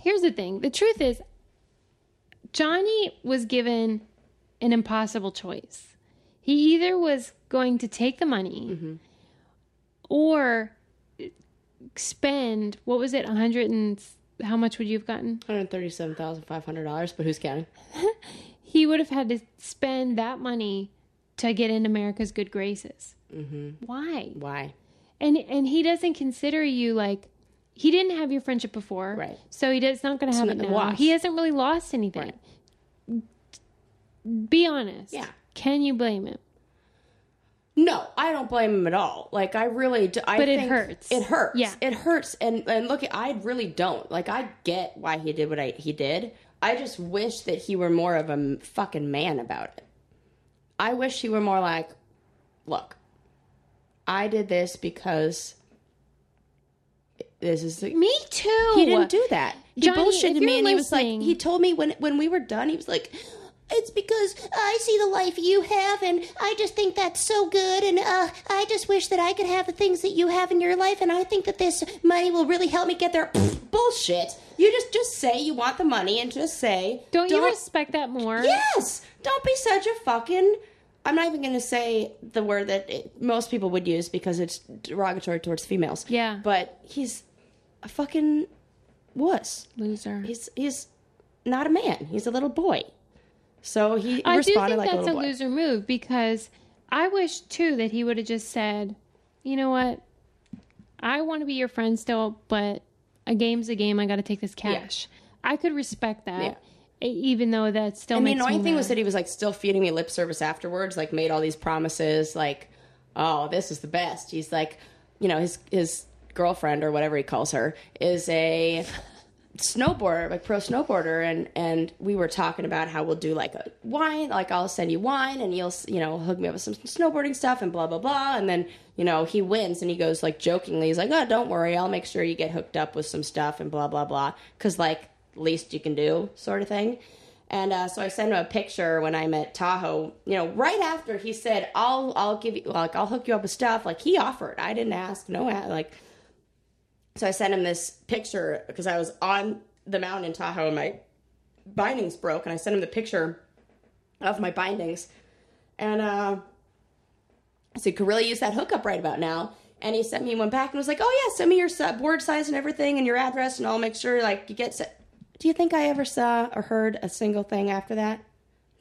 Speaker 1: here's the thing. The truth is, Johnny was given an impossible choice. He either was going to take the money or spend what was it, a hundred and how much would you have gotten?
Speaker 2: Hundred thirty-seven thousand five hundred dollars, but who's counting?
Speaker 1: He would have had to spend that money to get in America's good graces. Mm-hmm. Why?
Speaker 2: Why?
Speaker 1: and and he doesn't consider you like he didn't have your friendship before
Speaker 2: Right.
Speaker 1: so he does not going to have it
Speaker 2: not
Speaker 1: now
Speaker 2: a loss.
Speaker 1: he hasn't really lost anything be honest
Speaker 2: Yeah.
Speaker 1: can you blame him
Speaker 2: No, I don't blame him at all. Like I really, do, I
Speaker 1: But it
Speaker 2: think
Speaker 1: hurts.
Speaker 2: It hurts.
Speaker 1: Yeah.
Speaker 2: it hurts. And and look, I really don't. Like I get why he did what I, he did. I just wish that he were more of a m- fucking man about it. I wish he were more like, look, I did this because this is the,
Speaker 1: me too
Speaker 2: He didn't do that. He
Speaker 1: Johnny,
Speaker 2: bullshitted
Speaker 1: if
Speaker 2: me,
Speaker 1: you're
Speaker 2: and he was like,
Speaker 1: listening-
Speaker 2: he told me when when we were done, he was like, "It's because I see the life you have, and I just think that's so good, and uh, I just wish that I could have the things that you have in your life, and I think that this money will really help me get there." Pfft, Bullshit! You just just say you want the money, and just say,
Speaker 1: don't, you respect that more
Speaker 2: Yes! Don't be such a fucking. I'm not even going to say the word that it, most people would use because it's derogatory towards females.
Speaker 1: Yeah.
Speaker 2: But he's a fucking wuss.
Speaker 1: loser
Speaker 2: He's he's not a man. He's a little boy. So he
Speaker 1: i do
Speaker 2: responded
Speaker 1: think
Speaker 2: like a
Speaker 1: that's a
Speaker 2: little boy.
Speaker 1: loser move because i wish too that he would have just said you know what i want to be your friend still but a game's a game i gotta take this cash i could respect that
Speaker 2: Yeah.
Speaker 1: e- even though that still
Speaker 2: And the
Speaker 1: makes
Speaker 2: annoying
Speaker 1: me
Speaker 2: thing
Speaker 1: mad.
Speaker 2: was that he was like still feeding me lip service afterwards, like made all these promises, like, oh, this is the best. He's like, you know, his his girlfriend or whatever he calls her is a snowboarder, like pro snowboarder, and and we were talking about how we'll do like a wine, like I'll send you wine, and you'll you know hook me up with some snowboarding stuff and blah blah blah, and then you know he wins and he goes like jokingly, he's like, oh, don't worry, I'll make sure you get hooked up with some stuff and blah blah blah, because like least you can do sort of thing. And uh, so I sent him a picture when I'm at Tahoe. You know, right after he said, "I'll I'll give you like I'll hook you up with stuff." Like he offered, I didn't ask. No, a- like so I sent him this picture because I was on the mountain in Tahoe and my bindings broke, and I sent him the picture of my bindings, and uh, I said, "Could really use that hookup right about now." And he sent me one back and was like, "Oh yeah, send me your sub- board size and everything, and your address, and I'll make sure like you get." Set. Do you think I ever saw or heard a single thing after that?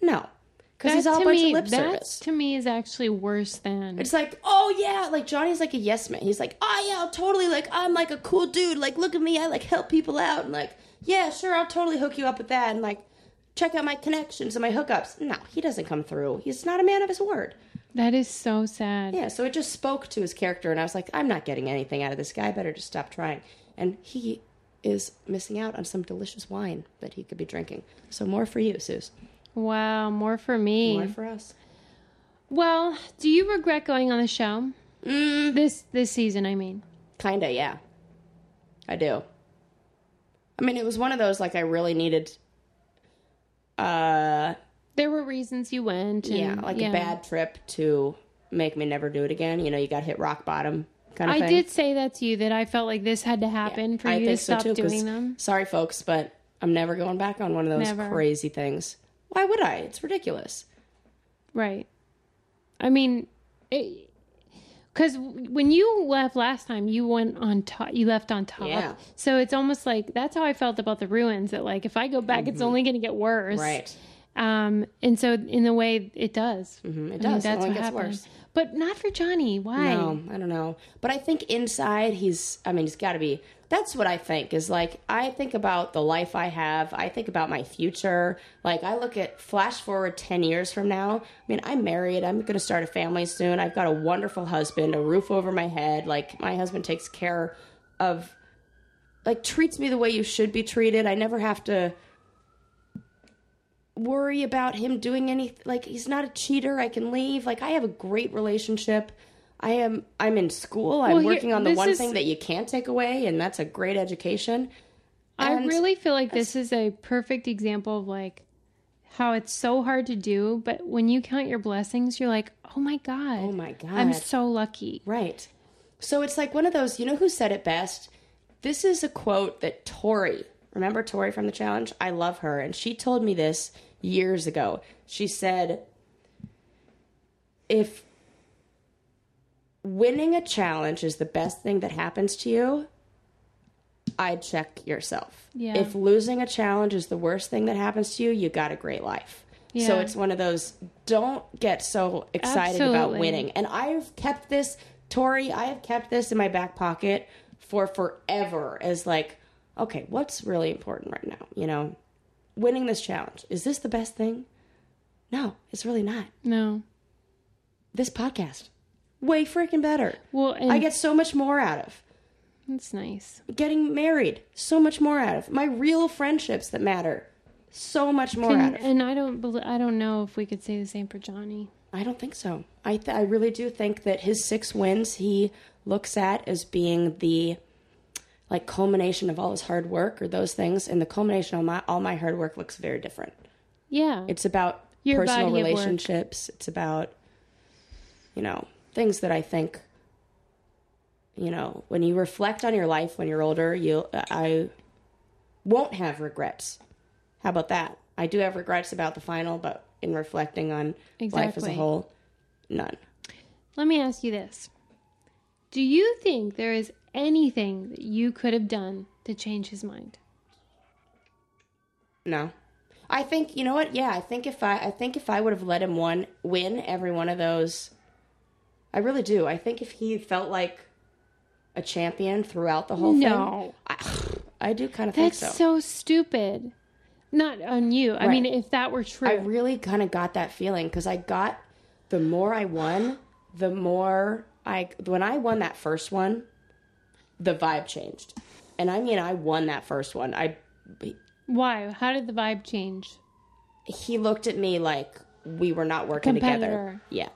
Speaker 2: No, because he's
Speaker 1: That
Speaker 2: all a
Speaker 1: to
Speaker 2: bunch
Speaker 1: me-
Speaker 2: of lip
Speaker 1: that
Speaker 2: service.
Speaker 1: to me is actually worse than
Speaker 2: It's like, oh yeah, like Johnny's like a yes man. He's like, oh yeah, I'll totally like I'm like a cool dude. Like look at me, I like help people out and like yeah, sure, I'll totally hook you up with that and like check out my connections and my hookups. No, he doesn't come through. He's not a man of his word.
Speaker 1: that is so sad.
Speaker 2: Yeah, so it just spoke to his character, and I was like, I'm not getting anything out of this guy. I better just stop trying. And he is missing out on some delicious wine that he could be drinking. So more for you, Suze.
Speaker 1: Wow, more for me.
Speaker 2: More for us.
Speaker 1: well, do you regret going on the show?
Speaker 2: Mm.
Speaker 1: This this season, I mean.
Speaker 2: Kinda, yeah. I do. I mean, it was one of those like I really needed. Uh,
Speaker 1: There were reasons you went. And,
Speaker 2: yeah, like a bad trip to make me never do it again. You know, you got hit rock bottom kind of
Speaker 1: I
Speaker 2: thing.
Speaker 1: did say that to you that I felt like this had to happen for you to stop
Speaker 2: 'cause-
Speaker 1: doing them.
Speaker 2: Sorry, folks, but I'm never going back on one of those
Speaker 1: Never.
Speaker 2: crazy things. Why would I? It's ridiculous.
Speaker 1: Right. I mean, because when you left last time, you went on top. You left on top.
Speaker 2: Yeah.
Speaker 1: So it's almost like that's how I felt about the ruins. That like if I go back,
Speaker 2: Mm-hmm.
Speaker 1: it's only going to get worse. Um. And so in the way it does. Mm-hmm.
Speaker 2: it does. It only gets worse.
Speaker 1: But not for Johnny. Why?
Speaker 2: No, I don't know. But I think inside he's I mean, he's got to be. That's what I think is like I think about the life I have. I think about my future. Like I look at flash forward 10 years from now. I mean, I'm married. I'm going to start a family soon. I've got a wonderful husband, a roof over my head. Like my husband takes care of like treats me the way you should be treated. I never have to worry about him doing anything like he's not a cheater i can leave like i have a great relationship i am i'm in school i'm
Speaker 1: Well, here-
Speaker 2: working on the
Speaker 1: this
Speaker 2: one
Speaker 1: is-
Speaker 2: thing that you can't take away and that's a great education
Speaker 1: I
Speaker 2: And-
Speaker 1: really feel like this is a perfect example of like how it's so hard to do, but when you count your blessings, you're like, oh my God.
Speaker 2: Oh my
Speaker 1: I'm
Speaker 2: God.
Speaker 1: so lucky.
Speaker 2: right so it's like one of those you know who said it best this is a quote that tori remember tori from the challenge i love her and she told me this years ago she said if winning a challenge is the best thing that happens to you, I check yourself.
Speaker 1: Yeah.
Speaker 2: If losing a challenge is the worst thing that happens to you, you got a great life. So
Speaker 1: Yeah.
Speaker 2: it's one of those don't get so excited about
Speaker 1: Absolutely.
Speaker 2: winning. And I've kept this, Tori, I have kept this in my back pocket for forever as like, okay, what's really important right now? You know, winning this challenge. Is this the best thing? No, it's really not.
Speaker 1: No.
Speaker 2: This podcast. Way freaking better.
Speaker 1: Well, and
Speaker 2: I get so much more out of
Speaker 1: that's nice.
Speaker 2: getting married. So much more out of my real friendships that matter. So much more out
Speaker 1: And,
Speaker 2: of.
Speaker 1: and I don't bel I don't know if we could say the same for Johnny.
Speaker 2: I don't think so. I th- I really do think that his six wins he looks at as being the like culmination of all his hard work or those things, and the culmination of my all my hard work looks very different.
Speaker 1: Yeah.
Speaker 2: It's about
Speaker 1: Your
Speaker 2: personal
Speaker 1: body of work.
Speaker 2: relationships. It's about you know things that I think you know when you reflect on your life when you're older, you I won't have regrets. How about that? I do have regrets about the final, but in reflecting on life as a
Speaker 1: Exactly.
Speaker 2: whole, none.
Speaker 1: Let me ask you this. Do you think there is anything that you could have done to change his mind?
Speaker 2: No. I think you know what? Yeah, I think if I I think if I would have let him one win every one of those I really do. I think if he felt like a champion throughout the whole
Speaker 1: No.
Speaker 2: thing. I, I do kind of think
Speaker 1: That's
Speaker 2: so.
Speaker 1: so. stupid. Not on you. I mean,
Speaker 2: Right.
Speaker 1: if that were true.
Speaker 2: I really kind of got that feeling cuz I got the more I won, the more I when I won that first one, the vibe changed. And I mean, I won that first one. I
Speaker 1: Why? How did the vibe change?
Speaker 2: he looked at me like we were not working together.
Speaker 1: Competitor.
Speaker 2: Yeah.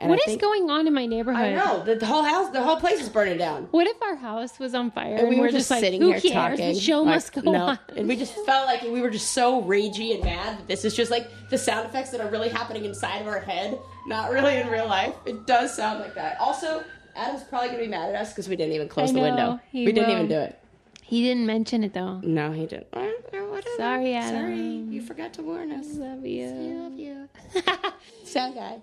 Speaker 1: What is
Speaker 2: I think-
Speaker 1: going on in my
Speaker 2: I
Speaker 1: neighborhood?
Speaker 2: know the, the whole house, the whole place is burning down.
Speaker 1: What if our house was on fire and, we were just, like,
Speaker 2: sitting
Speaker 1: who
Speaker 2: here
Speaker 1: cares?
Speaker 2: talking.
Speaker 1: The show
Speaker 2: like,
Speaker 1: must go
Speaker 2: no.
Speaker 1: on.
Speaker 2: And we just felt like we were just so ragey and mad that this is just like the sound effects that are really happening inside of our head, not really in real life. It does sound like that. Also, Adam's probably gonna be mad at us because we didn't even close
Speaker 1: I
Speaker 2: the
Speaker 1: know,
Speaker 2: window.
Speaker 1: he
Speaker 2: We didn't
Speaker 1: will.
Speaker 2: even do it.
Speaker 1: He didn't mention it though.
Speaker 2: No, he didn't. Whatever.
Speaker 1: Sorry, Adam.
Speaker 2: Sorry, you forgot to warn us.
Speaker 1: Love you.
Speaker 2: Love you. Sound guy.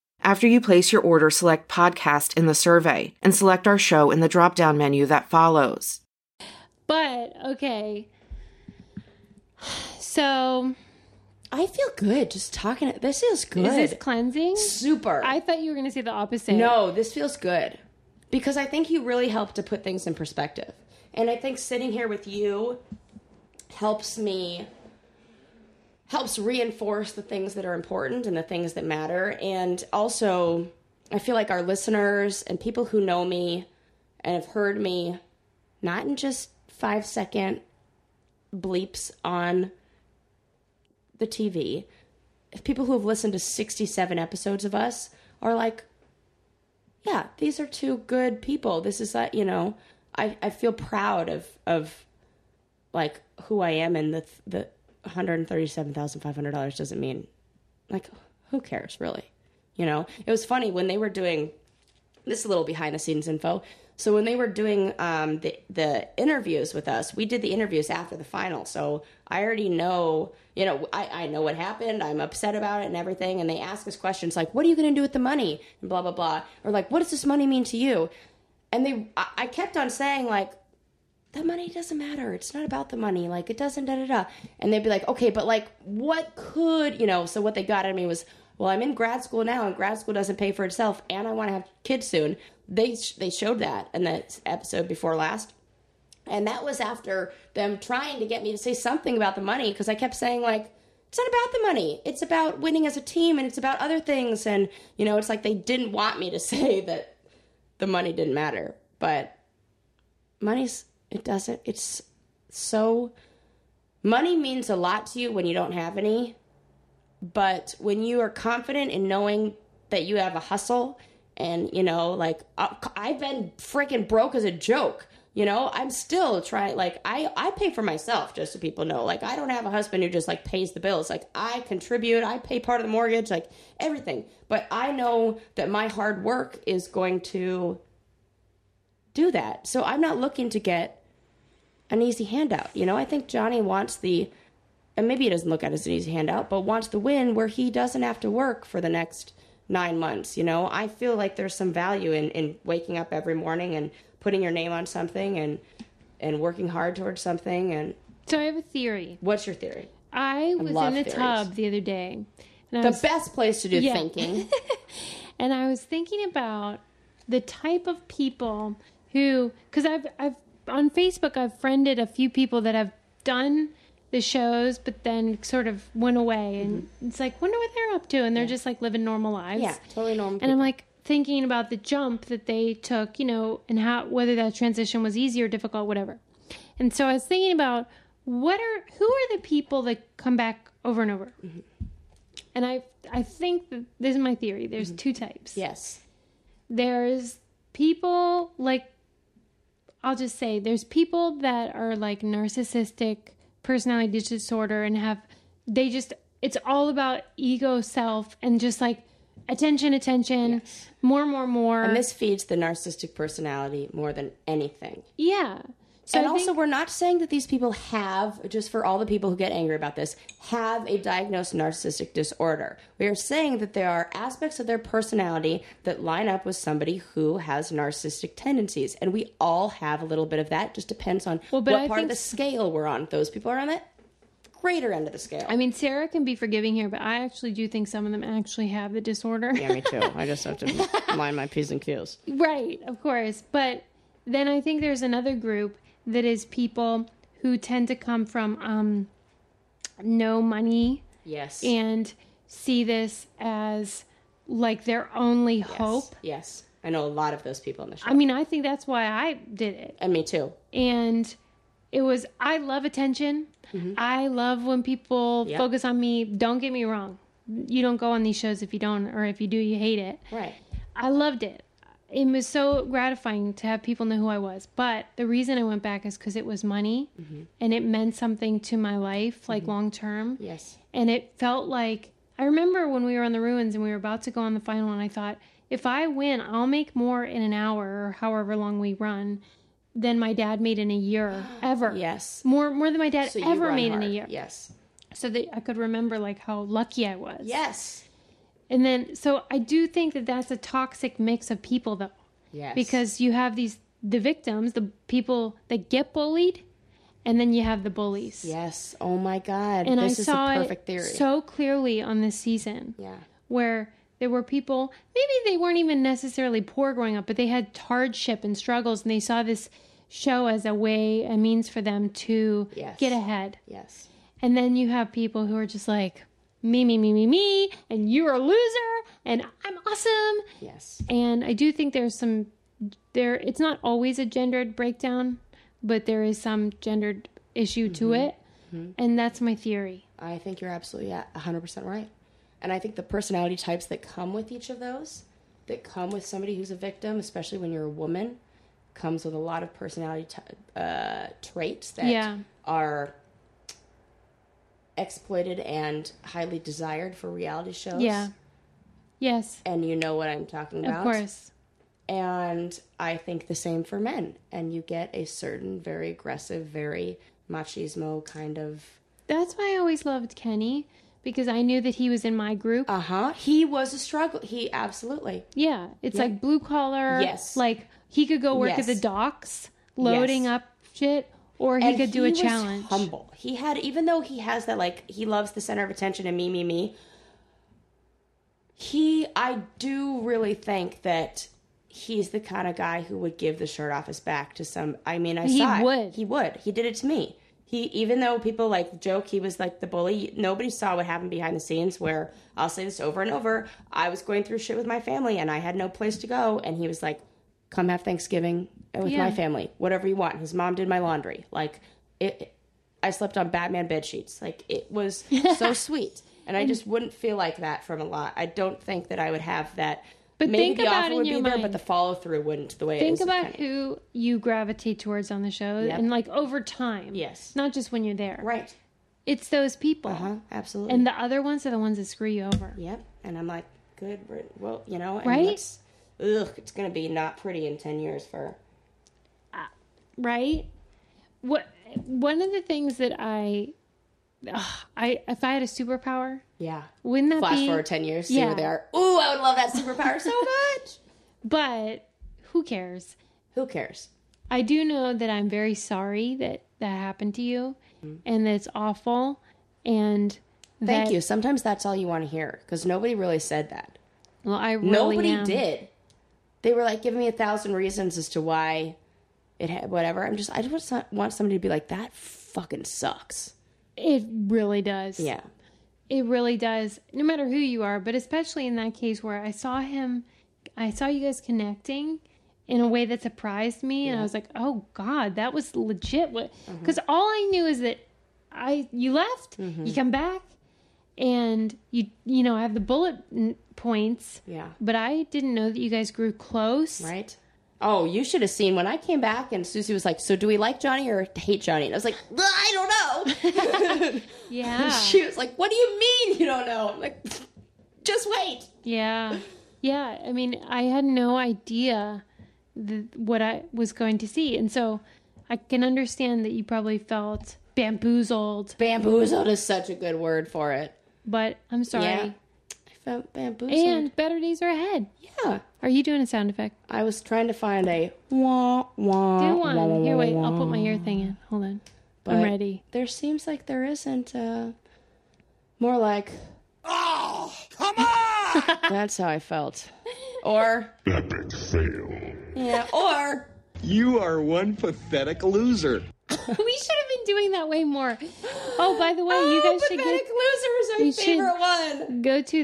Speaker 6: After you place your order, select podcast in the survey and select our show in the drop down menu that follows.
Speaker 1: But okay. So
Speaker 2: I feel good just talking. This feels good.
Speaker 1: Is this cleansing?
Speaker 2: Super.
Speaker 1: I thought you were going to say the opposite.
Speaker 2: No, this feels good because I think you really helped to put things in perspective. And I think sitting here with you helps me helps reinforce the things that are important and the things that matter and also I feel like our listeners and people who know me and have heard me not in just 5 second bleeps on the TV if people who have listened to 67 episodes of us are like yeah, these are two good people. This is that you know, I I feel proud of of like who I am and the the one hundred thirty seven thousand five hundred dollars doesn't mean like who cares really, you know. It was funny when they were doing this is a little behind the scenes info. So when they were doing um, the the interviews with us, we did the interviews after the final. So I already know, you know, I, I know what happened. I'm upset about it and everything. And they ask us questions like, "What are you going to do with the money?" and blah blah blah, or like, "What does this money mean to you?" And they, I, I kept on saying like, "The money doesn't matter. It's not about the money. Like it doesn't da da da." And they'd be like, "Okay, but like, what could you know?" So what they got at me was, well i'm in grad school now and grad school doesn't pay for itself and i want to have kids soon they sh- they showed that in the episode before last and that was after them trying to get me to say something about the money because i kept saying like it's not about the money it's about winning as a team and it's about other things and you know it's like they didn't want me to say that the money didn't matter but money's it doesn't it's so money means a lot to you when you don't have any but when you are confident in knowing that you have a hustle and you know like I- i've been freaking broke as a joke you know i'm still trying like i i pay for myself just so people know like i don't have a husband who just like pays the bills like i contribute i pay part of the mortgage like everything but i know that my hard work is going to do that so i'm not looking to get an easy handout you know i think johnny wants the and maybe he doesn't look at it as an easy handout, but wants the win where he doesn't have to work for the next nine months. You know, I feel like there's some value in, in waking up every morning and putting your name on something and and working hard towards something. And
Speaker 1: So I have a theory.
Speaker 2: what's your theory?
Speaker 1: I was
Speaker 2: love
Speaker 1: in the
Speaker 2: theories.
Speaker 1: tub the other day, and I,
Speaker 2: The
Speaker 1: was,
Speaker 2: best place to do
Speaker 1: Yeah.
Speaker 2: thinking.
Speaker 1: and I was thinking about the type of people who, because I've, I've on Facebook, I've friended a few people that have done the shows, but then sort of went away, and it's like wonder what they're up to, and they're just like living normal lives.
Speaker 2: yeah, totally normal.
Speaker 1: And I'm like thinking about the jump that they took, you know, and how whether that transition was easy or difficult, whatever. And so I was thinking about what are who are the people that come back over and over? And I I think that this is my theory. There's two types.
Speaker 2: yes.
Speaker 1: There's people like I'll just say there's people that are like narcissistic personality disorder and have they just it's all about ego self and just like attention attention more more more
Speaker 2: And this feeds the narcissistic personality more than anything.
Speaker 1: yeah so
Speaker 2: and
Speaker 1: I
Speaker 2: also,
Speaker 1: think-
Speaker 2: we're not saying that these people have, just for all the people who get angry about this, have a diagnosed narcissistic disorder. We are saying that there are aspects of their personality that line up with somebody who has narcissistic tendencies. And we all have a little bit of that. Just depends on
Speaker 1: Well, but
Speaker 2: what
Speaker 1: I
Speaker 2: part of
Speaker 1: think-
Speaker 2: the scale we're on. Those people are on the greater end of the scale.
Speaker 1: I mean, Sarah can be forgiving here, but I actually do think some of them actually have the disorder.
Speaker 2: yeah, me too. I just have to mind my P's and Q's.
Speaker 1: Right, of course. But then I think there's another group that is people who tend to come from um, no money
Speaker 2: Yes.
Speaker 1: and see this as like their only hope.
Speaker 2: Yes. I know a lot of those people in the show.
Speaker 1: I mean, I think that's why I did it.
Speaker 2: and me too.
Speaker 1: and it was I love attention. I love when people
Speaker 2: Yep.
Speaker 1: focus on me. Don't get me wrong. You don't go on these shows if you don't or if you do you hate it.
Speaker 2: Right.
Speaker 1: I loved it. It was so gratifying to have people know who I was. But the reason I went back is cuz it was money
Speaker 2: Mm-hmm.
Speaker 1: and it meant something to my life like long term.
Speaker 2: Yes.
Speaker 1: And it felt like I remember when we were on the ruins and we were about to go on the final, and I thought, if I win, I'll make more in an hour or however long we run than my dad made in a year ever.
Speaker 2: Yes.
Speaker 1: More more than my dad
Speaker 2: So you
Speaker 1: ever
Speaker 2: run
Speaker 1: made in a
Speaker 2: hard.
Speaker 1: year.
Speaker 2: Yes.
Speaker 1: So that I could remember like how lucky I was.
Speaker 2: Yes.
Speaker 1: And then so I do think that that's a toxic mix of people though
Speaker 2: Yes.
Speaker 1: because you have these the victims, the people that get bullied and then you have the bullies.
Speaker 2: Yes. Oh my God.
Speaker 1: and
Speaker 2: this
Speaker 1: I
Speaker 2: is
Speaker 1: saw
Speaker 2: the perfect
Speaker 1: it
Speaker 2: theory.
Speaker 1: so clearly on this season.
Speaker 2: yeah.
Speaker 1: where there were people maybe they weren't even necessarily poor growing up but they had hardship and struggles and they saw this show as a way a means for them to
Speaker 2: Yes.
Speaker 1: get ahead
Speaker 2: Yes.
Speaker 1: and then you have people who are just like me me me me me and you're a loser and i'm awesome
Speaker 2: Yes.
Speaker 1: and i do think there's some there it's not always a gendered breakdown but there is some gendered issue to
Speaker 2: Mm-hmm.
Speaker 1: it and that's my theory
Speaker 2: I think you're absolutely yeah, 100% right. And I think the personality types that come with each of those, that come with somebody who's a victim, especially when you're a woman, comes with a lot of personality t- uh, traits that
Speaker 1: Yeah.
Speaker 2: are exploited and highly desired for reality shows.
Speaker 1: yeah yes
Speaker 2: And you know what I'm talking about.
Speaker 1: of course
Speaker 2: And I think the same for men. And you get a certain very aggressive, very machismo kind of.
Speaker 1: That's why I always loved Kenny because I knew that he was in my group.
Speaker 2: Uh huh. He was a struggle. He absolutely.
Speaker 1: yeah, it's
Speaker 2: yeah.
Speaker 1: like blue collar.
Speaker 2: Yes.
Speaker 1: like he could go work
Speaker 2: Yes.
Speaker 1: at the docks, loading
Speaker 2: Yes.
Speaker 1: up shit, or he
Speaker 2: And
Speaker 1: could do a
Speaker 2: was
Speaker 1: challenge.
Speaker 2: Humble. He had, even though he has that, like he loves the center of attention and me, me, me. He, I do really think that he's the kind of guy who would give the shirt off his back to some. I mean, I
Speaker 1: He
Speaker 2: saw it.
Speaker 1: would.
Speaker 2: He would. He did it to me. He, even though people like joke he was like the bully, nobody saw what happened behind the scenes. Where I'll say this over and over, I was going through shit with my family and I had no place to go, and he was like, "Come have Thanksgiving with
Speaker 1: Yeah.
Speaker 2: my family, whatever you want." His mom did my laundry. Like it, it- I slept on Batman bed sheets. Like it was so sweet, and I just wouldn't feel like that from a lot. I don't think that I would have that.
Speaker 1: But think
Speaker 2: the
Speaker 1: about
Speaker 2: offer
Speaker 1: in
Speaker 2: would
Speaker 1: your
Speaker 2: be there, but
Speaker 1: mind.
Speaker 2: the follow through wouldn't the way it
Speaker 1: Think
Speaker 2: is.
Speaker 1: about who you gravitate towards on the show,
Speaker 2: Yep.
Speaker 1: and like over time.
Speaker 2: Yes.
Speaker 1: not just when you're there.
Speaker 2: right.
Speaker 1: it's those people,
Speaker 2: Uh huh. Absolutely.
Speaker 1: and the other ones are the ones that screw you over.
Speaker 2: Yep. And I'm like, good. ri- Well, you know, and
Speaker 1: Right?
Speaker 2: let's- Ugh, it's gonna be not pretty in ten years for.
Speaker 1: right? What one of the things that I, ugh, I if I had a superpower,
Speaker 2: Yeah.
Speaker 1: wouldn't that
Speaker 2: Flash
Speaker 1: be
Speaker 2: forward ten years, see
Speaker 1: Yeah.
Speaker 2: where they are. Ooh, I would love that superpower so much.
Speaker 1: But who cares?
Speaker 2: Who cares?
Speaker 1: I do know that I'm very sorry that that happened to you, and that it's awful, and
Speaker 2: Mm-hmm. Thank
Speaker 1: that-
Speaker 2: you. Sometimes that's all you want to hear because nobody really said that.
Speaker 1: Well, I really
Speaker 2: nobody
Speaker 1: am.
Speaker 2: did. They were like giving me a thousand reasons as to why it had whatever. I'm just I just want so- want somebody to be like that fucking sucks.
Speaker 1: It really does.
Speaker 2: Yeah.
Speaker 1: It really does, no matter who you are, but especially in that case where I saw him, I saw you guys connecting in a way that surprised me, and I was like, "Oh God, that was legit." What?
Speaker 2: Mm-hmm.
Speaker 1: Because all I knew is that I you left,
Speaker 2: Mm-hmm.
Speaker 1: you come back, and you you know I have the bullet n- points,
Speaker 2: Yeah.
Speaker 1: but I didn't know that you guys grew close.
Speaker 2: Right. Oh, you should have seen when I came back and Susie was like, "So do we like Johnny or hate Johnny?" And I was like, "Ugh, "I don't know."
Speaker 1: Yeah,
Speaker 2: she was like, "What do you mean you don't know?" I'm like, "Just wait."
Speaker 1: yeah, yeah. I mean, I had no idea th- what I was going to see, and so I can understand that you probably felt bamboozled.
Speaker 2: Bamboozled is such a good word for it.
Speaker 1: But I'm
Speaker 2: Yeah.
Speaker 1: sorry.
Speaker 2: I felt bamboozled.
Speaker 1: And better days are ahead.
Speaker 2: yeah.
Speaker 1: Are you doing a sound effect?
Speaker 2: I was trying to find a wah wah.
Speaker 1: Do one. Here, wait. I'll put my ear thing in. Hold on. I'm
Speaker 2: but
Speaker 1: ready.
Speaker 2: There seems like there isn't. Uh, more like
Speaker 3: Oh, come on!
Speaker 2: that's how I felt, or
Speaker 3: Epic fail.
Speaker 2: yeah, or
Speaker 3: You are one pathetic loser.
Speaker 1: we should have been doing that way more. Oh, by the way, you guys should
Speaker 2: pathetic
Speaker 1: get
Speaker 2: loser
Speaker 1: you
Speaker 2: is
Speaker 1: should-
Speaker 2: my favorite one.
Speaker 1: go to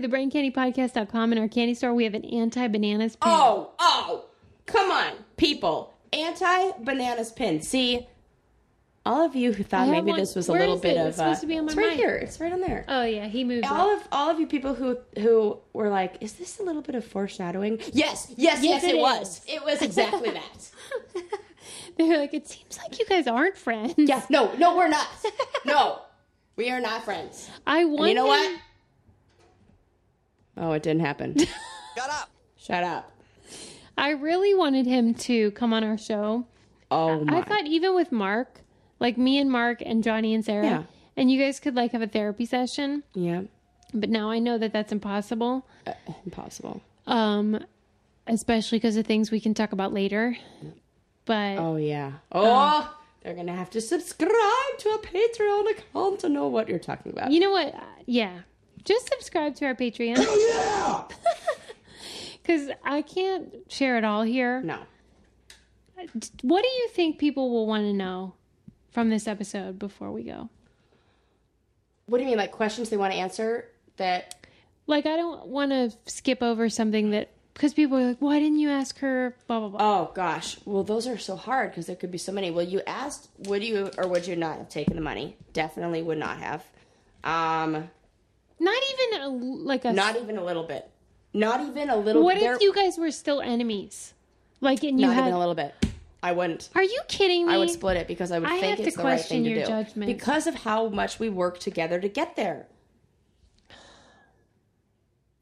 Speaker 1: thebraincandypodcast.com in our candy store. We have an anti bananas pin.
Speaker 2: Oh, oh, come on, people! Anti bananas pin. See, all of you who
Speaker 1: I
Speaker 2: thought
Speaker 1: have
Speaker 2: maybe
Speaker 1: one-
Speaker 2: this was a
Speaker 1: where
Speaker 2: little
Speaker 1: is
Speaker 2: bit
Speaker 1: it?
Speaker 2: of
Speaker 1: It's supposed
Speaker 2: uh,
Speaker 1: to be on my
Speaker 2: it's right
Speaker 1: mic.
Speaker 2: here. It's right on there.
Speaker 1: Oh, yeah, he moves.
Speaker 2: all
Speaker 1: it.
Speaker 2: of all of you people who who were like, is this a little bit of foreshadowing? Yes, yes, yes,
Speaker 1: it
Speaker 2: it,
Speaker 1: is.
Speaker 2: was. It was exactly that.
Speaker 1: They're like, it seems like you guys aren't friends.
Speaker 2: Yes, no, no, we're not. No, we are not friends.
Speaker 1: I want
Speaker 2: you know
Speaker 1: him-
Speaker 2: what? Oh, it didn't happen.
Speaker 3: Shut up!
Speaker 2: Shut up.
Speaker 1: I really wanted him to come on our show.
Speaker 2: Oh my.
Speaker 1: I thought even with Mark, like me and Mark and Johnny and Sarah,
Speaker 2: Yeah.
Speaker 1: and you guys could like have a therapy session,
Speaker 2: yeah,
Speaker 1: but now I know that that's impossible.
Speaker 2: impossible.
Speaker 1: Um, especially because of things we can talk about later. But
Speaker 2: Oh yeah. Oh, They're going to have to subscribe to a Patreon account to know what you're talking about.
Speaker 1: You know what? Uh, yeah. Just subscribe to our Patreon. yeah! Because I can't share it all here.
Speaker 2: no.
Speaker 1: What do you think people will want to know from this episode before we go?
Speaker 2: What do you mean, like questions they want to answer that
Speaker 1: Like, I don't want to skip over something that, because people are like, why didn't you ask her? Blah, blah, blah.
Speaker 2: Oh gosh. Well, those are so hard because there could be so many. Well, you asked, would you or would you not have taken the money? Definitely would not have. Um,
Speaker 1: Not even a, like a.
Speaker 2: not even a little bit. Not even a little.
Speaker 1: what
Speaker 2: there-
Speaker 1: if you guys were still enemies? Like, and you
Speaker 2: Not
Speaker 1: had.
Speaker 2: even a little bit. I wouldn't.
Speaker 1: Are you kidding me?
Speaker 2: I would split it because I would
Speaker 1: I
Speaker 2: think
Speaker 1: have
Speaker 2: it's
Speaker 1: to
Speaker 2: the right thing
Speaker 1: question
Speaker 2: to
Speaker 1: your
Speaker 2: do
Speaker 1: judgment.
Speaker 2: because of how much we work together to get there.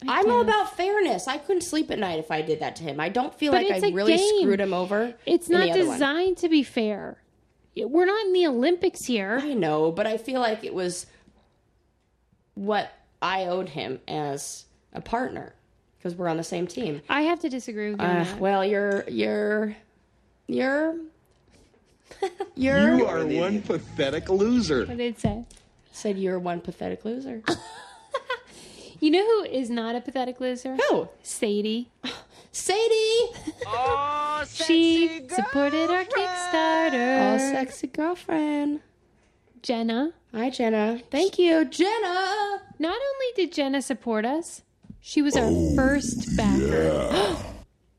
Speaker 2: I'm all about fairness. I couldn't sleep at night if I did that to him. I don't feel
Speaker 1: But
Speaker 2: like
Speaker 1: it's
Speaker 2: I
Speaker 1: a
Speaker 2: really
Speaker 1: game.
Speaker 2: screwed him over.
Speaker 1: It's
Speaker 2: in the
Speaker 1: not
Speaker 2: other one.
Speaker 1: designed to be fair. We're not in the Olympics here.
Speaker 2: I know, but I feel like it was what I owed him as a partner because we're on the same team.
Speaker 1: I have to disagree with you. on
Speaker 2: Uh,
Speaker 1: that.
Speaker 2: well, you're you're you're you're
Speaker 3: You are one pathetic loser.
Speaker 1: What did it say?
Speaker 2: said you're one pathetic loser.
Speaker 1: You know who is not a pathetic loser?
Speaker 2: Who?
Speaker 1: Sadie.
Speaker 2: Sadie,
Speaker 1: She supported our Kickstarter.
Speaker 2: oh sexy girlfriend.
Speaker 1: Jenna.
Speaker 2: Hi Jenna. Thank you, Jenna.
Speaker 1: Not only did Jenna support us, she was our first backer.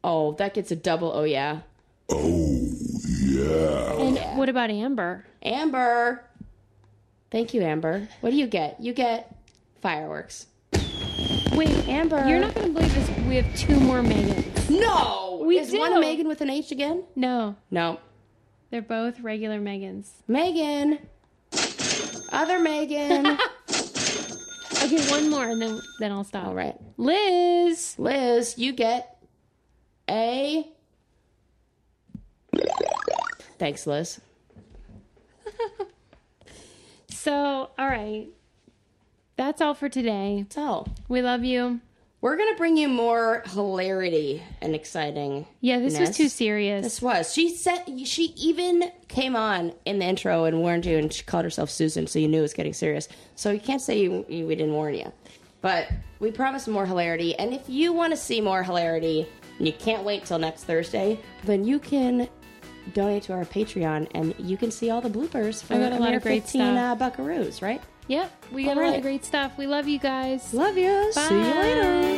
Speaker 2: Oh, that gets a double. Oh yeah,
Speaker 1: And what about Amber?
Speaker 2: Amber. Thank you, Amber. What do you get? You get fireworks.
Speaker 1: Wait,
Speaker 2: Amber.
Speaker 1: You're not going to believe this. We have two more Megans.
Speaker 2: No.
Speaker 1: We
Speaker 2: Is
Speaker 1: do.
Speaker 2: one Megan with an H again?
Speaker 1: No,
Speaker 2: No.
Speaker 1: they're both regular Megans.
Speaker 2: Megan. Other Megan.
Speaker 1: Okay, one more and then then I'll stop.
Speaker 2: All right.
Speaker 1: Liz.
Speaker 2: Liz, you get a. Thanks, Liz.
Speaker 1: So, all right. That's all for today.
Speaker 2: So,
Speaker 1: We love you.
Speaker 2: we're going to bring you more hilarity and exciting.
Speaker 1: Yeah, this was
Speaker 2: Ness.
Speaker 1: too serious.
Speaker 2: This was. She said she even came on in the intro and warned you, and she called herself Susan, so you knew it was getting serious. So you can't say you, you, we didn't warn you. But we promise more hilarity, and if you want to see more hilarity and you can't wait till next Thursday, then you can donate to our Patreon, and you can see all the bloopers for
Speaker 1: I got a lot
Speaker 2: mere
Speaker 1: of great
Speaker 2: 15
Speaker 1: stuff.
Speaker 2: Uh, buckaroos, right?
Speaker 1: Yep, we got a lot
Speaker 2: Alright.
Speaker 1: of great stuff. We love you guys.
Speaker 2: Love you. See you later.
Speaker 1: Bye.